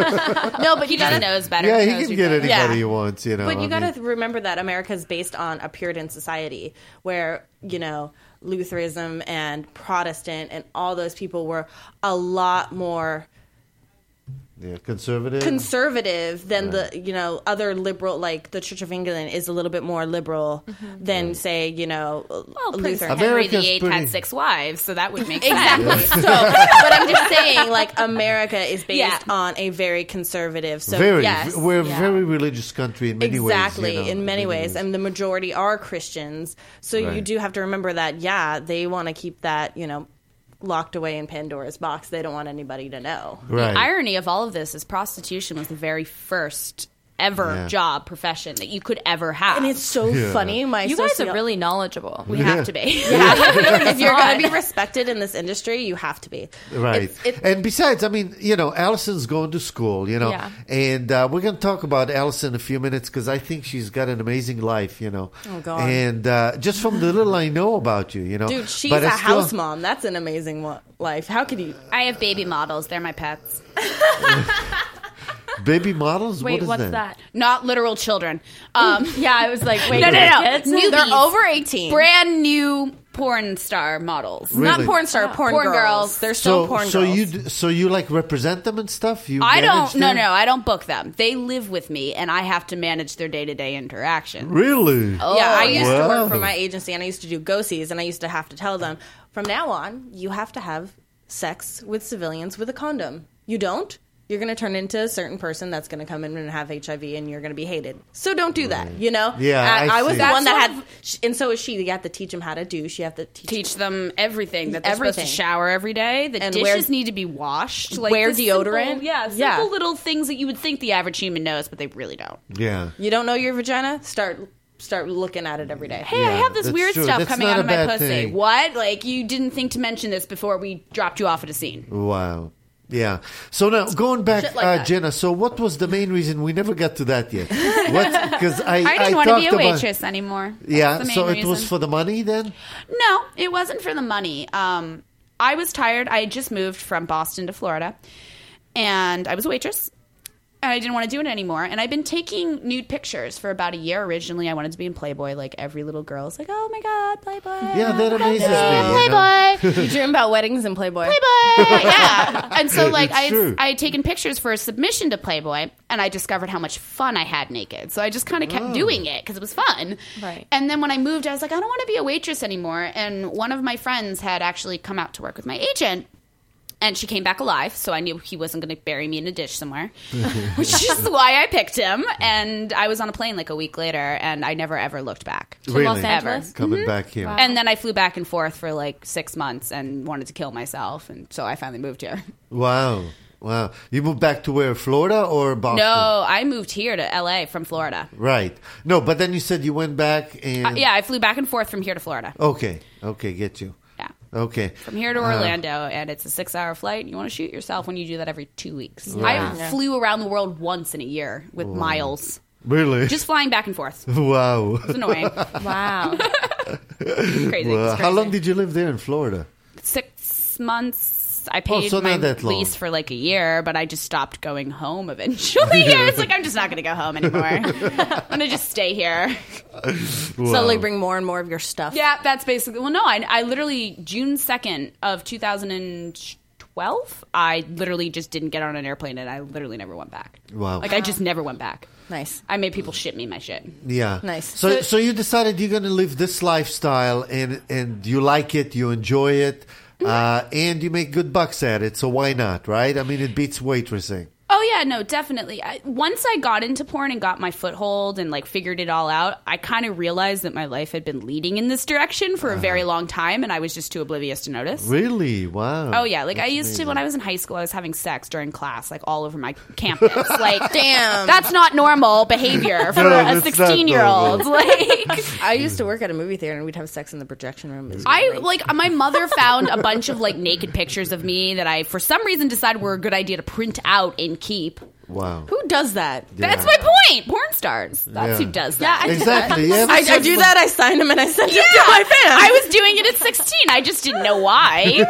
[SPEAKER 7] no, but
[SPEAKER 6] He
[SPEAKER 7] you
[SPEAKER 6] just
[SPEAKER 7] gotta
[SPEAKER 6] knows better.
[SPEAKER 4] yeah
[SPEAKER 6] He
[SPEAKER 4] he
[SPEAKER 6] knows
[SPEAKER 4] can
[SPEAKER 6] you
[SPEAKER 4] get
[SPEAKER 6] better.
[SPEAKER 4] anybody
[SPEAKER 7] Yeah.
[SPEAKER 4] he wants you know
[SPEAKER 7] But
[SPEAKER 4] I
[SPEAKER 7] you got
[SPEAKER 4] mean,
[SPEAKER 7] to remember that America's based on a Puritan society where, you know, Lutheranism and Protestant and all those people were a lot more
[SPEAKER 4] yeah, conservative
[SPEAKER 7] conservative than the, you know, other liberal, like the Church of England is a little bit more liberal
[SPEAKER 4] Mm-hmm.
[SPEAKER 7] than, say, you know,
[SPEAKER 6] Well, Prince
[SPEAKER 7] Lutheran.
[SPEAKER 6] Henry
[SPEAKER 4] America's
[SPEAKER 6] VIII
[SPEAKER 4] pretty-
[SPEAKER 6] had six wives, so that would make sense.
[SPEAKER 7] Exactly. So, but I'm just saying, like, America is
[SPEAKER 5] <laughs>
[SPEAKER 7] based
[SPEAKER 6] Yeah.
[SPEAKER 7] on a very conservative. So,
[SPEAKER 4] very
[SPEAKER 7] yes,
[SPEAKER 4] we're a
[SPEAKER 6] yeah.
[SPEAKER 4] very religious country in many
[SPEAKER 7] exactly
[SPEAKER 4] ways you know,
[SPEAKER 7] in many ways, and the majority are Christians. So you
[SPEAKER 4] Right.
[SPEAKER 7] do have to remember that. Yeah, they want to keep that, you know, locked away in Pandora's box. They don't want anybody to know.
[SPEAKER 4] right
[SPEAKER 6] The irony of all of this is prostitution was the very first ever
[SPEAKER 4] Yeah.
[SPEAKER 6] job profession that you could ever have.
[SPEAKER 7] And it's so
[SPEAKER 4] Yeah.
[SPEAKER 7] funny. My
[SPEAKER 5] You guys
[SPEAKER 7] socio-
[SPEAKER 5] are really knowledgeable.
[SPEAKER 6] we have to <laughs> be.
[SPEAKER 7] if you're going to be respected in this industry, you have to be.
[SPEAKER 4] Right.
[SPEAKER 7] It's- it's-
[SPEAKER 4] and besides, I mean, you know, Allison's going to school, you know,
[SPEAKER 5] Yeah.
[SPEAKER 4] and uh, we're going to talk about Allison in a few minutes because I think she's got an amazing life, you know. Oh,
[SPEAKER 7] God.
[SPEAKER 4] And uh, just from the little I know about you, you know.
[SPEAKER 7] Dude, she's
[SPEAKER 4] But
[SPEAKER 7] a
[SPEAKER 4] I still-
[SPEAKER 7] house mom. That's an amazing wa- life. How could you?
[SPEAKER 6] I have baby models. They're my pets.
[SPEAKER 4] Baby models?
[SPEAKER 5] Wait,
[SPEAKER 4] what is
[SPEAKER 5] what's
[SPEAKER 4] that?
[SPEAKER 5] that?
[SPEAKER 6] Not literal children. Um,
[SPEAKER 5] Yeah, I was
[SPEAKER 7] <laughs>
[SPEAKER 5] like, wait,
[SPEAKER 6] no, no, no.
[SPEAKER 5] kids?
[SPEAKER 6] Newbies.
[SPEAKER 7] They're over 18.
[SPEAKER 6] Brand new porn star models.
[SPEAKER 4] Really?
[SPEAKER 7] Not porn star, porn,
[SPEAKER 6] Porn
[SPEAKER 7] girls.
[SPEAKER 6] girls.
[SPEAKER 7] They're still
[SPEAKER 4] So,
[SPEAKER 7] porn
[SPEAKER 4] so
[SPEAKER 7] girls.
[SPEAKER 4] you d- so you like represent them and stuff? You
[SPEAKER 6] I
[SPEAKER 4] manage
[SPEAKER 6] don't. No,
[SPEAKER 4] them?
[SPEAKER 6] no. I don't book them. They live with me, and I have to manage their day to day interaction.
[SPEAKER 4] Really? Oh.
[SPEAKER 7] yeah, I used to
[SPEAKER 4] wow.
[SPEAKER 7] work for my agency and I used to do go sees and I used to have to tell them from now on you have to have sex with civilians with a condom. You don't, you're going to turn into a certain person that's going to come in and have HIV and you're going to be hated. So don't do that. You know?
[SPEAKER 4] Yeah, I
[SPEAKER 7] I, I was
[SPEAKER 4] see.
[SPEAKER 7] the
[SPEAKER 4] That's
[SPEAKER 7] one that
[SPEAKER 6] sort
[SPEAKER 7] had, sh- and so is she. You have to teach them how to douche. You have to teach.
[SPEAKER 6] Teach them everything that they're supposed
[SPEAKER 7] Everything.
[SPEAKER 6] to shower every day. The
[SPEAKER 7] And
[SPEAKER 6] dishes
[SPEAKER 7] wear-
[SPEAKER 6] need to be washed. Like
[SPEAKER 7] wear
[SPEAKER 6] the simple-
[SPEAKER 7] deodorant.
[SPEAKER 6] yeah, simple
[SPEAKER 7] Yeah.
[SPEAKER 6] little things that you would think the average human knows, but they really don't.
[SPEAKER 4] Yeah.
[SPEAKER 7] You don't know your vagina? Start start looking at it every day.
[SPEAKER 6] Hey, I
[SPEAKER 4] Yeah,
[SPEAKER 6] have this
[SPEAKER 4] that's
[SPEAKER 6] weird
[SPEAKER 4] true.
[SPEAKER 6] stuff
[SPEAKER 4] That's
[SPEAKER 6] coming
[SPEAKER 4] not
[SPEAKER 6] out
[SPEAKER 4] a
[SPEAKER 6] of my
[SPEAKER 4] bad
[SPEAKER 6] pussy.
[SPEAKER 4] thing.
[SPEAKER 6] What? Like you didn't think to mention this before we dropped you off at a scene.
[SPEAKER 4] Wow. Yeah. So now going back,
[SPEAKER 7] Shit like
[SPEAKER 4] uh,
[SPEAKER 7] that.
[SPEAKER 4] Jenna. So what was the main reason we never got to that
[SPEAKER 7] <laughs>
[SPEAKER 4] yet? What? Because I
[SPEAKER 5] I didn't want to
[SPEAKER 4] talked
[SPEAKER 5] be a
[SPEAKER 4] about-
[SPEAKER 5] waitress anymore. That's
[SPEAKER 4] Yeah,
[SPEAKER 5] the main
[SPEAKER 4] so it was
[SPEAKER 5] reason.
[SPEAKER 4] for the money then?
[SPEAKER 6] No, it wasn't for the money. Um, I was tired. I had just moved from Boston to Florida, and I was a waitress. And I didn't want to do it anymore. And I've been taking nude pictures for about a year. Originally, I wanted to be in Playboy, like every little girl is like, "Oh my god, Playboy!"
[SPEAKER 5] Uh,
[SPEAKER 4] Yeah, that amazes me. you know?
[SPEAKER 6] Playboy.
[SPEAKER 7] You dream about weddings and Playboy.
[SPEAKER 6] Playboy.
[SPEAKER 4] <laughs>
[SPEAKER 6] yeah. And so like
[SPEAKER 4] It's
[SPEAKER 6] I
[SPEAKER 4] true.
[SPEAKER 6] had, I had taken pictures for a submission to Playboy and I discovered how much fun I had naked. So I just kind of kept doing it cuz it was fun.
[SPEAKER 5] Right.
[SPEAKER 6] And then when I moved I was like I don't want to be a waitress anymore and one of my friends had actually come out to work with my agent and she came back alive, so I knew he wasn't going to bury me in a dish
[SPEAKER 4] <laughs>
[SPEAKER 6] somewhere, which is why I picked him. And I was on a plane like a week later, and I never ever looked back.
[SPEAKER 4] really?
[SPEAKER 5] Los Angeles?
[SPEAKER 4] Coming back here.
[SPEAKER 6] And then I flew back and forth for like six months and wanted to kill myself, and so I finally moved here.
[SPEAKER 4] Wow. Wow. You moved back to where? Florida or Boston?
[SPEAKER 6] No, I moved here to LA from Florida.
[SPEAKER 4] Right. No, but then you said you went back and.
[SPEAKER 6] Uh, yeah, I flew back and forth from here to Florida.
[SPEAKER 4] Okay. Okay. Get you.
[SPEAKER 6] Yeah.
[SPEAKER 4] Okay.
[SPEAKER 6] From here to
[SPEAKER 4] Uh-huh.
[SPEAKER 6] Orlando, and it's a six-hour flight. You want to shoot yourself when you do that every two weeks. I flew around the world once in a year with miles,
[SPEAKER 4] Really?
[SPEAKER 6] just flying back and forth. It's
[SPEAKER 4] <laughs> wow.
[SPEAKER 6] annoying.
[SPEAKER 5] Wow.
[SPEAKER 6] It's crazy.
[SPEAKER 4] Well,
[SPEAKER 6] It's
[SPEAKER 4] how long
[SPEAKER 6] crazy.
[SPEAKER 4] did you live there in Florida?
[SPEAKER 6] Six months. I paid
[SPEAKER 4] Oh, so not
[SPEAKER 6] my
[SPEAKER 4] that long.
[SPEAKER 6] lease for like a year, but I just stopped going home eventually. <laughs> yeah, it's like I'm just not going to go
[SPEAKER 4] <laughs>
[SPEAKER 6] home anymore. I'm going to just stay here.
[SPEAKER 7] Slowly bring more and more of your stuff.
[SPEAKER 6] Yeah, that's basically. Well, no, I, I literally June second of 2012. I literally just didn't get on an airplane, and I literally never went back.
[SPEAKER 4] Wow.
[SPEAKER 6] Like I just never went back.
[SPEAKER 7] Nice.
[SPEAKER 6] I made people ship me my shit.
[SPEAKER 4] Yeah.
[SPEAKER 7] Nice.
[SPEAKER 4] So,
[SPEAKER 7] So-
[SPEAKER 4] so you decided you're going to live this lifestyle, and and you like it, you enjoy it,
[SPEAKER 7] Mm.
[SPEAKER 4] uh, and you make good bucks at it. So why not, right? I mean, it beats waitressing.
[SPEAKER 6] Oh yeah, no, definitely. I, once I got into porn and got my foothold and like figured it all out, I kind of realized that my life had been leading in this direction for a very long time, and I was just too oblivious to notice.
[SPEAKER 4] Uh-huh. Really? Wow.
[SPEAKER 6] Oh yeah, like I used to when I was in high school, I was having sex during class, like all over my
[SPEAKER 4] <laughs>
[SPEAKER 6] campus. Like,
[SPEAKER 7] Damn.
[SPEAKER 6] that's not normal behavior for
[SPEAKER 4] Um, No,
[SPEAKER 6] a
[SPEAKER 4] that's not
[SPEAKER 6] sixteen-year-old. <laughs> Like,
[SPEAKER 7] I used to work at a movie theater and we'd have sex in the projection room. It was
[SPEAKER 6] I
[SPEAKER 7] great.
[SPEAKER 6] like my mother found a bunch of like naked pictures of me that I, for some reason, decided were a good idea to print out and keep.
[SPEAKER 4] Wow.
[SPEAKER 7] who <laughs> does that?
[SPEAKER 6] That's
[SPEAKER 4] Yeah.
[SPEAKER 6] my point. Porn stars. That's
[SPEAKER 4] Yeah.
[SPEAKER 6] who does that.
[SPEAKER 4] Exactly. Yeah,
[SPEAKER 7] <laughs> I, I do that. I sign them and I send it to
[SPEAKER 6] <laughs> Yeah.
[SPEAKER 7] my fans.
[SPEAKER 6] I was doing it at 16. I just didn't
[SPEAKER 4] <laughs>
[SPEAKER 6] know why.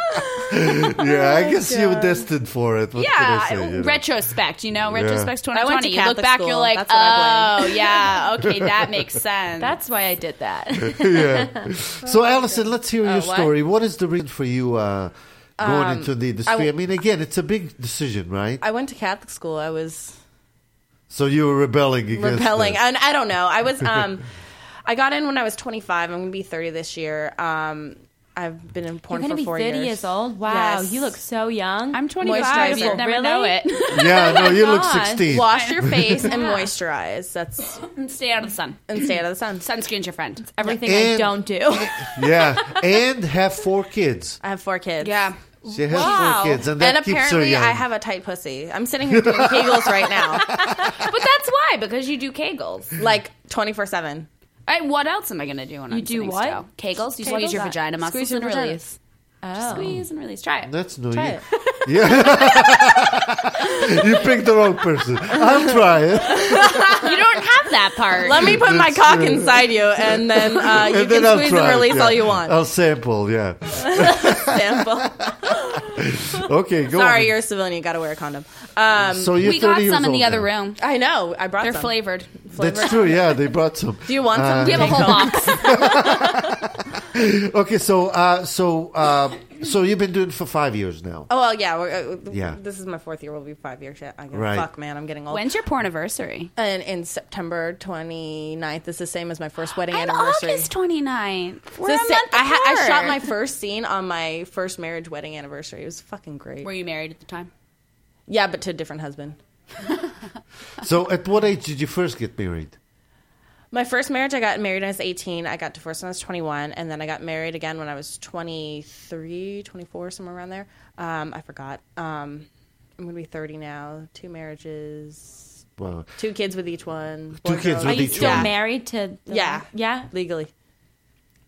[SPEAKER 4] Yeah,
[SPEAKER 7] Oh,
[SPEAKER 4] I guess you were destined for it. What can I
[SPEAKER 6] yeah,
[SPEAKER 4] say, you know?
[SPEAKER 6] retrospect, you know, retrospect's
[SPEAKER 7] I went
[SPEAKER 6] 2020.
[SPEAKER 7] to
[SPEAKER 6] You look
[SPEAKER 7] Catholic
[SPEAKER 6] back, you're
[SPEAKER 7] school.
[SPEAKER 6] like,
[SPEAKER 7] That's what I
[SPEAKER 6] oh, yeah, okay, that
[SPEAKER 7] <laughs>
[SPEAKER 6] makes sense.
[SPEAKER 5] That's why I did that.
[SPEAKER 4] So, Allison, let's hear your
[SPEAKER 7] Oh, what? Um,
[SPEAKER 4] story. What is the reason for you uh, going into the industry? I
[SPEAKER 7] w-
[SPEAKER 4] mean, again, it's a big decision, right?
[SPEAKER 7] I went to Catholic school. I was
[SPEAKER 4] so you were rebelling against
[SPEAKER 7] repelling,
[SPEAKER 4] this.
[SPEAKER 7] and I don't know. I was um, <laughs> I got in when I was 25. I'm going to be 30 this year. Um, I've been in
[SPEAKER 5] You're
[SPEAKER 7] porn
[SPEAKER 5] gonna
[SPEAKER 7] for
[SPEAKER 5] be
[SPEAKER 7] four
[SPEAKER 5] 30 years. old. Wow,
[SPEAKER 7] Yes.
[SPEAKER 5] you look so young.
[SPEAKER 6] I'm 25.
[SPEAKER 7] Moisturizer.
[SPEAKER 6] You'll never
[SPEAKER 5] Really?
[SPEAKER 6] know it.
[SPEAKER 4] Yeah, no, you
[SPEAKER 7] <laughs>
[SPEAKER 4] look
[SPEAKER 5] God.
[SPEAKER 4] 16.
[SPEAKER 7] Wash your face <laughs> and moisturize. That's
[SPEAKER 6] <laughs> Stay out of the sun.
[SPEAKER 7] and stay out of the sun.
[SPEAKER 6] Sunscreen's your friend.
[SPEAKER 5] Everything I
[SPEAKER 4] And-
[SPEAKER 5] don't do. <laughs>
[SPEAKER 4] Yeah, and have four kids.
[SPEAKER 7] I have four kids.
[SPEAKER 4] She has four kids, and that keeps her
[SPEAKER 7] apparently
[SPEAKER 4] young.
[SPEAKER 7] I have a tight pussy. I'm sitting here doing kegels
[SPEAKER 4] <laughs>
[SPEAKER 7] right now,
[SPEAKER 6] But that's why, because you do kegels.
[SPEAKER 7] like 24 seven.
[SPEAKER 6] I, what else am I going to do when I'm
[SPEAKER 5] do
[SPEAKER 6] sitting
[SPEAKER 5] what?
[SPEAKER 6] still? Kegels? You squeeze your
[SPEAKER 5] Kegels?
[SPEAKER 6] vagina muscles
[SPEAKER 7] Squeeze your
[SPEAKER 6] and
[SPEAKER 7] vagina.
[SPEAKER 6] release. Just squeeze and release. Try it.
[SPEAKER 4] That's new.
[SPEAKER 7] Try
[SPEAKER 4] <laughs> You, you picked the wrong person. I'll try
[SPEAKER 7] <laughs>
[SPEAKER 4] it.
[SPEAKER 6] <laughs> You don't have that part.
[SPEAKER 7] Let me put my cock inside you, and then uh,
[SPEAKER 4] <laughs>
[SPEAKER 7] you
[SPEAKER 4] And
[SPEAKER 7] can
[SPEAKER 4] then I'll
[SPEAKER 7] squeeze
[SPEAKER 4] try
[SPEAKER 7] and
[SPEAKER 4] it,
[SPEAKER 7] release
[SPEAKER 4] yeah. Oh.
[SPEAKER 7] all you want.
[SPEAKER 4] I'll sample, yeah. <laughs>
[SPEAKER 7] Sample.
[SPEAKER 4] Okay, go
[SPEAKER 7] Sorry,
[SPEAKER 4] on.
[SPEAKER 7] you're a civilian. You got to wear a condom. Um,
[SPEAKER 4] so you're
[SPEAKER 6] we got
[SPEAKER 4] 30 years
[SPEAKER 6] some in the
[SPEAKER 4] old
[SPEAKER 6] other
[SPEAKER 4] now.
[SPEAKER 6] room.
[SPEAKER 7] I know. I brought
[SPEAKER 6] They're
[SPEAKER 7] some.
[SPEAKER 6] flavored.
[SPEAKER 4] That's true, yeah, they brought some.
[SPEAKER 7] Do you want
[SPEAKER 4] Uh,
[SPEAKER 7] some?
[SPEAKER 6] We have a whole box.
[SPEAKER 4] Okay, so uh, so uh, so you've been doing it for five years now.
[SPEAKER 7] Oh well, yeah. We're, uh,
[SPEAKER 4] Yeah.
[SPEAKER 7] This is my fourth year. We'll be five years. Shit. I get,
[SPEAKER 4] Right.
[SPEAKER 7] Fuck, man. I'm getting old.
[SPEAKER 6] When's your porn anniversary?
[SPEAKER 7] and in September 29th, it's the same as
[SPEAKER 6] <gasps>
[SPEAKER 7] my first wedding
[SPEAKER 6] And
[SPEAKER 7] anniversary.
[SPEAKER 6] August 29th. We're
[SPEAKER 7] It's the
[SPEAKER 6] a
[SPEAKER 7] sa-
[SPEAKER 6] month
[SPEAKER 7] I, ha- I shot
[SPEAKER 6] apart.
[SPEAKER 7] my first scene on my first marriage wedding anniversary. It was fucking great.
[SPEAKER 6] Were you married at the time?
[SPEAKER 7] Yeah, but to a different husband.
[SPEAKER 4] So at what age did you first get married?
[SPEAKER 7] My first marriage, I got married when I was 18. I got divorced when I was 21. And then I got married again when I was 23, 24, somewhere around there. Um, I forgot. Um, I'm going to be 30 now. Two marriages,
[SPEAKER 4] Wow.
[SPEAKER 7] two kids with each one.
[SPEAKER 4] Two
[SPEAKER 7] four
[SPEAKER 4] kids
[SPEAKER 7] girls.
[SPEAKER 5] Are
[SPEAKER 4] with
[SPEAKER 5] you
[SPEAKER 4] each
[SPEAKER 5] still
[SPEAKER 4] one.
[SPEAKER 5] married to? the-
[SPEAKER 7] Yeah.
[SPEAKER 5] yeah,
[SPEAKER 7] Legally.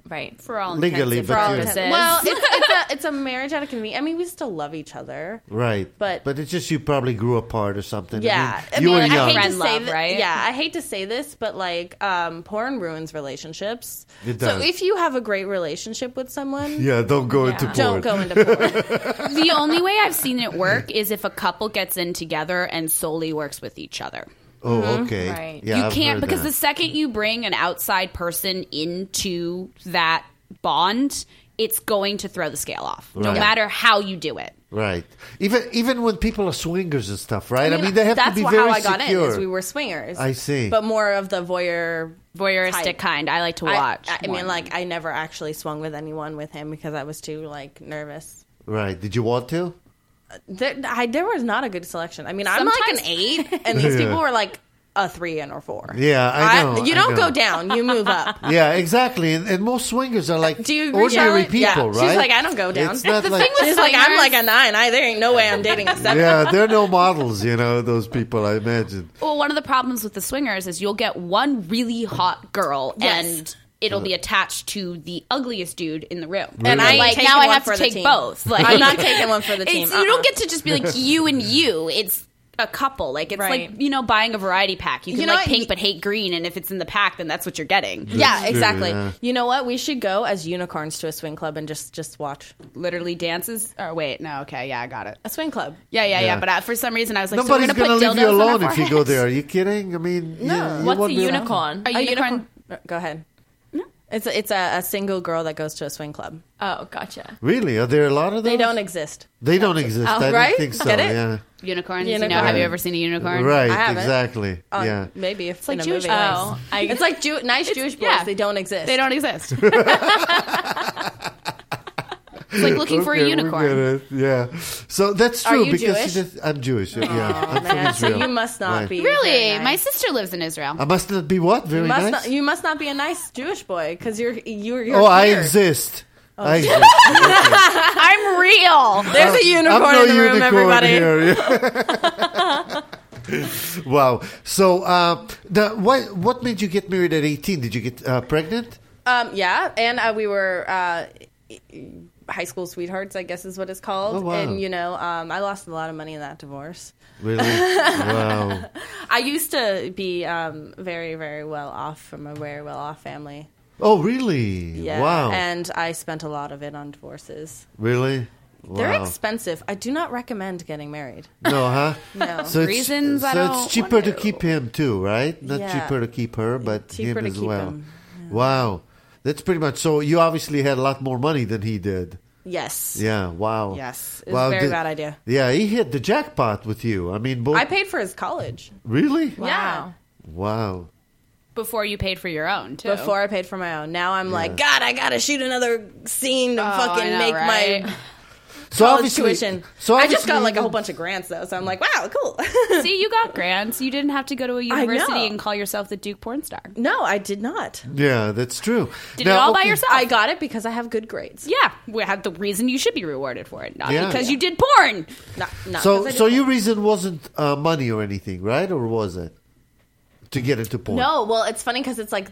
[SPEAKER 5] right.
[SPEAKER 6] For all
[SPEAKER 4] Legally,
[SPEAKER 6] intents
[SPEAKER 4] but
[SPEAKER 6] and
[SPEAKER 4] you-
[SPEAKER 6] purposes.
[SPEAKER 7] Well, it's,
[SPEAKER 6] <laughs>
[SPEAKER 7] it's, a, it's a marriage out of convenience. I mean, we still love each other.
[SPEAKER 4] Right.
[SPEAKER 7] But-
[SPEAKER 4] but it's just you probably grew apart or something. I
[SPEAKER 7] Yeah,
[SPEAKER 4] mean, you were
[SPEAKER 7] I
[SPEAKER 4] young.
[SPEAKER 7] hate
[SPEAKER 6] Friend
[SPEAKER 7] to say
[SPEAKER 6] love,
[SPEAKER 7] thi-
[SPEAKER 6] right?
[SPEAKER 7] Yeah, I hate to say this, but like, um, porn ruins relationships.
[SPEAKER 4] It
[SPEAKER 7] So
[SPEAKER 4] does.
[SPEAKER 7] if you have a great relationship with someone,
[SPEAKER 4] yeah, don't go into porn.
[SPEAKER 7] don't go into
[SPEAKER 4] <laughs>
[SPEAKER 7] porn.
[SPEAKER 6] the only way I've seen it work is if a couple gets in together and solely works with each other.
[SPEAKER 4] Oh,
[SPEAKER 7] Mm-hmm.
[SPEAKER 4] okay.
[SPEAKER 5] Right.
[SPEAKER 4] Yeah,
[SPEAKER 6] you
[SPEAKER 4] I've heard
[SPEAKER 6] can't because
[SPEAKER 4] that.
[SPEAKER 6] the second you bring an outside person into that bond, it's going to throw the scale off, no
[SPEAKER 4] Right.
[SPEAKER 6] matter how you do it.
[SPEAKER 4] Right. Even even when people are swingers and stuff, right? I mean,
[SPEAKER 7] You know,
[SPEAKER 4] they have
[SPEAKER 7] that's
[SPEAKER 4] to be
[SPEAKER 7] wh-
[SPEAKER 4] very
[SPEAKER 7] how I got
[SPEAKER 4] secure.
[SPEAKER 7] in. Is we were swingers.
[SPEAKER 4] I see.
[SPEAKER 7] but more of the voyeur.
[SPEAKER 6] Voyeuristic
[SPEAKER 7] Type.
[SPEAKER 6] kind. I like to
[SPEAKER 7] I-
[SPEAKER 6] watch.
[SPEAKER 7] I, I
[SPEAKER 6] more.
[SPEAKER 7] mean, like I never actually swung with anyone with him because I was too like nervous.
[SPEAKER 4] right. Did you want to?
[SPEAKER 7] Uh-huh. There, I, there was not a good selection. I mean, I'm like an
[SPEAKER 6] <laughs>
[SPEAKER 7] eight, and these people were like a three and or four.
[SPEAKER 4] Yeah, I know,
[SPEAKER 7] you
[SPEAKER 4] I
[SPEAKER 7] don't
[SPEAKER 4] know.
[SPEAKER 7] go down. You move <laughs> up.
[SPEAKER 4] Yeah, exactly. And, and most swingers are like
[SPEAKER 7] Do you reach
[SPEAKER 4] ordinary
[SPEAKER 7] out?
[SPEAKER 4] people,
[SPEAKER 7] Yeah.
[SPEAKER 4] right?
[SPEAKER 7] She's like, I don't go down.
[SPEAKER 4] It's not
[SPEAKER 7] <laughs> The
[SPEAKER 4] like,
[SPEAKER 7] thing She's like, I'm like a nine. I there ain't no way I'm dating a seven.
[SPEAKER 4] <laughs> yeah, they're no models, you know, those people, I imagine.
[SPEAKER 6] Well, one of the problems with the swingers is you'll get one really hot girl
[SPEAKER 7] Yes.
[SPEAKER 6] and it'll be attached to the ugliest dude in the room.
[SPEAKER 7] And I ain't
[SPEAKER 6] like
[SPEAKER 7] taking
[SPEAKER 6] now I
[SPEAKER 7] one
[SPEAKER 6] have
[SPEAKER 7] for
[SPEAKER 6] to
[SPEAKER 7] the
[SPEAKER 6] take <laughs>
[SPEAKER 7] team.
[SPEAKER 6] both. Like
[SPEAKER 7] I'm not taking one for the
[SPEAKER 6] it's-
[SPEAKER 7] team.
[SPEAKER 6] You
[SPEAKER 7] Uh-uh. <laughs>
[SPEAKER 6] don't get to just be like you and you. It's a couple. Like it's
[SPEAKER 7] Right.
[SPEAKER 6] like you know buying a variety pack. You can
[SPEAKER 7] You know
[SPEAKER 6] like
[SPEAKER 7] what?
[SPEAKER 6] pink but hate green, and if it's in the pack, then that's what you're getting.
[SPEAKER 7] yeah,
[SPEAKER 4] true,
[SPEAKER 7] exactly.
[SPEAKER 4] yeah.
[SPEAKER 7] You know what? We should go as unicorns to a swing club and just just watch
[SPEAKER 6] literally dances. Or wait, no, okay, yeah, I got it.
[SPEAKER 7] a swing club.
[SPEAKER 6] Yeah, yeah, yeah.
[SPEAKER 4] Yeah.
[SPEAKER 6] But I, for some reason, I was like,
[SPEAKER 4] Nobody's
[SPEAKER 6] so we're
[SPEAKER 4] gonna
[SPEAKER 6] gonna,
[SPEAKER 4] leave
[SPEAKER 6] put
[SPEAKER 4] you
[SPEAKER 6] dildos on our
[SPEAKER 4] alone if you go
[SPEAKER 6] foreheads?
[SPEAKER 4] there. Are you kidding? I mean, you-
[SPEAKER 7] No.
[SPEAKER 4] you
[SPEAKER 5] What's
[SPEAKER 4] won't
[SPEAKER 5] a
[SPEAKER 4] be allowed.
[SPEAKER 5] unicorn?
[SPEAKER 6] A
[SPEAKER 7] A
[SPEAKER 6] unicorn.
[SPEAKER 7] Go ahead. It's a, it's a, a single girl that goes to a swing club.
[SPEAKER 5] Oh, gotcha.
[SPEAKER 4] Really? Are there a lot of those?
[SPEAKER 7] They don't exist.
[SPEAKER 4] They don't exist. I don't
[SPEAKER 7] Oh, right?
[SPEAKER 4] think so.
[SPEAKER 7] Get it?
[SPEAKER 4] Yeah.
[SPEAKER 6] Unicorns. You know,
[SPEAKER 7] Unicorn.
[SPEAKER 6] have you ever seen a unicorn?
[SPEAKER 4] Right.
[SPEAKER 7] I Oh, haven't.
[SPEAKER 4] Exactly.
[SPEAKER 7] On-
[SPEAKER 4] yeah.
[SPEAKER 7] Maybe if it's
[SPEAKER 5] like
[SPEAKER 7] in a
[SPEAKER 5] Jewish
[SPEAKER 7] movie.
[SPEAKER 5] boys. Oh, I-
[SPEAKER 7] <laughs> it's like Jew- nice Jewish boys.
[SPEAKER 6] yeah.
[SPEAKER 7] They don't exist.
[SPEAKER 6] They don't exist.
[SPEAKER 4] <laughs>
[SPEAKER 6] it's like looking for a
[SPEAKER 4] Okay, we get
[SPEAKER 6] unicorn.
[SPEAKER 4] it. Yeah. So that's
[SPEAKER 7] Are
[SPEAKER 4] true
[SPEAKER 7] you
[SPEAKER 4] because
[SPEAKER 7] Jewish?
[SPEAKER 4] it is- I'm Jewish. Yeah. I'm from
[SPEAKER 7] Man, so
[SPEAKER 4] Israel.
[SPEAKER 7] you must not
[SPEAKER 4] Right.
[SPEAKER 7] be
[SPEAKER 6] Really,
[SPEAKER 7] very nice.
[SPEAKER 6] my sister lives in Israel.
[SPEAKER 4] I must not be what? Very
[SPEAKER 7] You must
[SPEAKER 4] nice.
[SPEAKER 7] not, you must not be a nice Jewish boy because you're you're. you're
[SPEAKER 4] oh, I
[SPEAKER 7] here. Oh.
[SPEAKER 4] exist.
[SPEAKER 7] <laughs>
[SPEAKER 4] I exist.
[SPEAKER 6] I'm real.
[SPEAKER 7] There's a
[SPEAKER 4] I'm
[SPEAKER 7] unicorn
[SPEAKER 4] no
[SPEAKER 7] in the room,
[SPEAKER 4] unicorn
[SPEAKER 7] everybody. <laughs>
[SPEAKER 4] here. <laughs> wow. So, uh, the, what what made you get married at 18? Did you get uh, pregnant?
[SPEAKER 7] Um, yeah, and uh, we were uh, high school sweethearts, I guess is what it's called.
[SPEAKER 4] Oh, wow.
[SPEAKER 7] And you know, um, I lost a lot of money in that divorce.
[SPEAKER 4] Really?
[SPEAKER 7] <laughs>
[SPEAKER 4] wow.
[SPEAKER 7] I used to be um, very, very well off from a very well off family.
[SPEAKER 4] Oh, really?
[SPEAKER 7] Yeah.
[SPEAKER 4] Wow.
[SPEAKER 7] And I spent a lot of it on divorces.
[SPEAKER 4] really? Wow.
[SPEAKER 7] They're expensive. I do not recommend getting married.
[SPEAKER 4] No, huh?
[SPEAKER 7] No.
[SPEAKER 4] So it's,
[SPEAKER 6] Reasons I
[SPEAKER 4] so
[SPEAKER 6] don't
[SPEAKER 4] it's cheaper to
[SPEAKER 6] want to.
[SPEAKER 4] keep him too, right? Not
[SPEAKER 7] Yeah.
[SPEAKER 4] cheaper to keep her, but
[SPEAKER 7] Cheaper
[SPEAKER 4] him
[SPEAKER 7] to
[SPEAKER 4] as
[SPEAKER 7] keep
[SPEAKER 4] well.
[SPEAKER 7] him,
[SPEAKER 4] Wow, that's pretty much. So you obviously had a lot more money than he did.
[SPEAKER 7] Yes.
[SPEAKER 4] Yeah. Wow.
[SPEAKER 7] Yes. It was a very bad idea.
[SPEAKER 4] Yeah, he hit the jackpot with you. I mean, both.
[SPEAKER 7] I paid for his college.
[SPEAKER 4] really?
[SPEAKER 7] Yeah.
[SPEAKER 4] Wow.
[SPEAKER 6] Before you paid for your own, too.
[SPEAKER 7] Before I paid for my own. Now I'm like, God, I gotta shoot another scene to
[SPEAKER 6] I
[SPEAKER 7] fucking
[SPEAKER 6] know,
[SPEAKER 7] make
[SPEAKER 6] right?
[SPEAKER 7] my
[SPEAKER 4] So
[SPEAKER 7] college
[SPEAKER 4] obviously,
[SPEAKER 7] tuition.
[SPEAKER 4] so
[SPEAKER 7] I just
[SPEAKER 4] obviously
[SPEAKER 7] got like a whole
[SPEAKER 4] even-
[SPEAKER 7] bunch of grants though, so I'm like, wow, cool. <laughs>
[SPEAKER 6] See, you got grants. You didn't have to go to a
[SPEAKER 7] know.
[SPEAKER 6] university and call yourself the Duke porn star.
[SPEAKER 7] no, I did not.
[SPEAKER 4] Yeah, that's true.
[SPEAKER 6] Did it all by
[SPEAKER 4] okay,
[SPEAKER 6] yourself?
[SPEAKER 7] I got it because I have good grades.
[SPEAKER 6] Yeah, we had the reason you should be rewarded for it, not
[SPEAKER 4] Yeah.
[SPEAKER 6] because
[SPEAKER 4] Yeah.
[SPEAKER 6] you did porn.
[SPEAKER 7] Not, not
[SPEAKER 4] So,
[SPEAKER 7] 'cause I did
[SPEAKER 4] so
[SPEAKER 7] that.
[SPEAKER 4] your reason wasn't uh, money or anything, right? Or was it to get into porn?
[SPEAKER 7] No, well, it's funny because it's like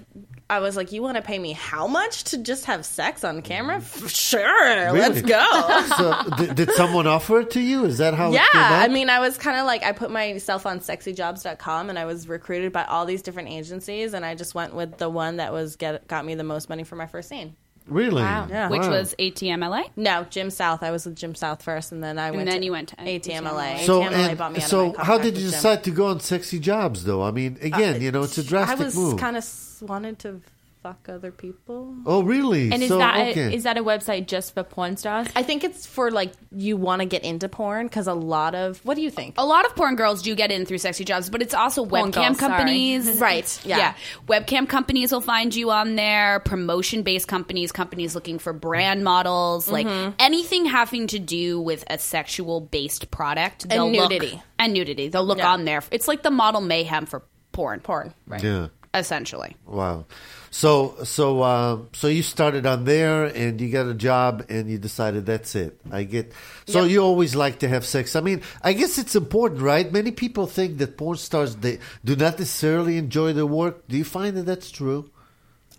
[SPEAKER 7] I was like, you want to pay me how much to just have sex on camera? <laughs> F- Sure, let's
[SPEAKER 4] Really? <laughs>
[SPEAKER 7] go.
[SPEAKER 4] So, did, did someone offer it to you? Is that how?
[SPEAKER 7] Yeah,
[SPEAKER 4] It came up?
[SPEAKER 7] I mean, I was kind of like, I put myself on sexyjobs.com and I was recruited by all these different agencies, and I just went with the one that was get, got me the most money for my first scene.
[SPEAKER 4] really?
[SPEAKER 7] Yeah.
[SPEAKER 6] Which
[SPEAKER 4] Wow.
[SPEAKER 6] was ATMLA.
[SPEAKER 7] No, Jim South. I was with Jim South first, and then I went.
[SPEAKER 6] then
[SPEAKER 7] to
[SPEAKER 6] you went to
[SPEAKER 7] ATMLA.
[SPEAKER 4] So,
[SPEAKER 7] ATMLA
[SPEAKER 4] and-
[SPEAKER 7] bought me out
[SPEAKER 4] so
[SPEAKER 7] of my
[SPEAKER 4] how
[SPEAKER 7] contract
[SPEAKER 4] did you
[SPEAKER 7] with Jim.
[SPEAKER 4] decide to go on sexy jobs, though? I mean, again, you know, it's a drastic
[SPEAKER 7] Uh, I was
[SPEAKER 4] move.
[SPEAKER 7] kind of wanted to fuck other people.
[SPEAKER 4] oh, really?
[SPEAKER 5] And is
[SPEAKER 4] so,
[SPEAKER 5] that a-
[SPEAKER 4] okay.
[SPEAKER 5] is that a website just for porn stars?
[SPEAKER 7] I think it's for like you want to get into porn because a lot of what do you think?
[SPEAKER 6] A lot of porn girls do get in through sexy jobs, but it's also
[SPEAKER 5] Porn
[SPEAKER 6] webcam
[SPEAKER 5] girls, sorry.
[SPEAKER 6] companies.
[SPEAKER 7] Right, yeah.
[SPEAKER 6] Webcam companies will find you on there, promotion based companies, companies looking for brand models, like anything having to do with a sexual based product. they'll look-
[SPEAKER 7] nudity.
[SPEAKER 6] and nudity. They'll look
[SPEAKER 7] Yeah.
[SPEAKER 6] on there. It's like the model mayhem for porn.
[SPEAKER 7] Porn, right?
[SPEAKER 4] yeah.
[SPEAKER 6] Essentially.
[SPEAKER 4] Wow. So, so, uh, so you started on there, and you got a job, and you decided that's it. I get. So you always like to have sex. I mean, I guess it's important, right? Many people think that porn stars they do not necessarily enjoy their work. Do you find that that's true?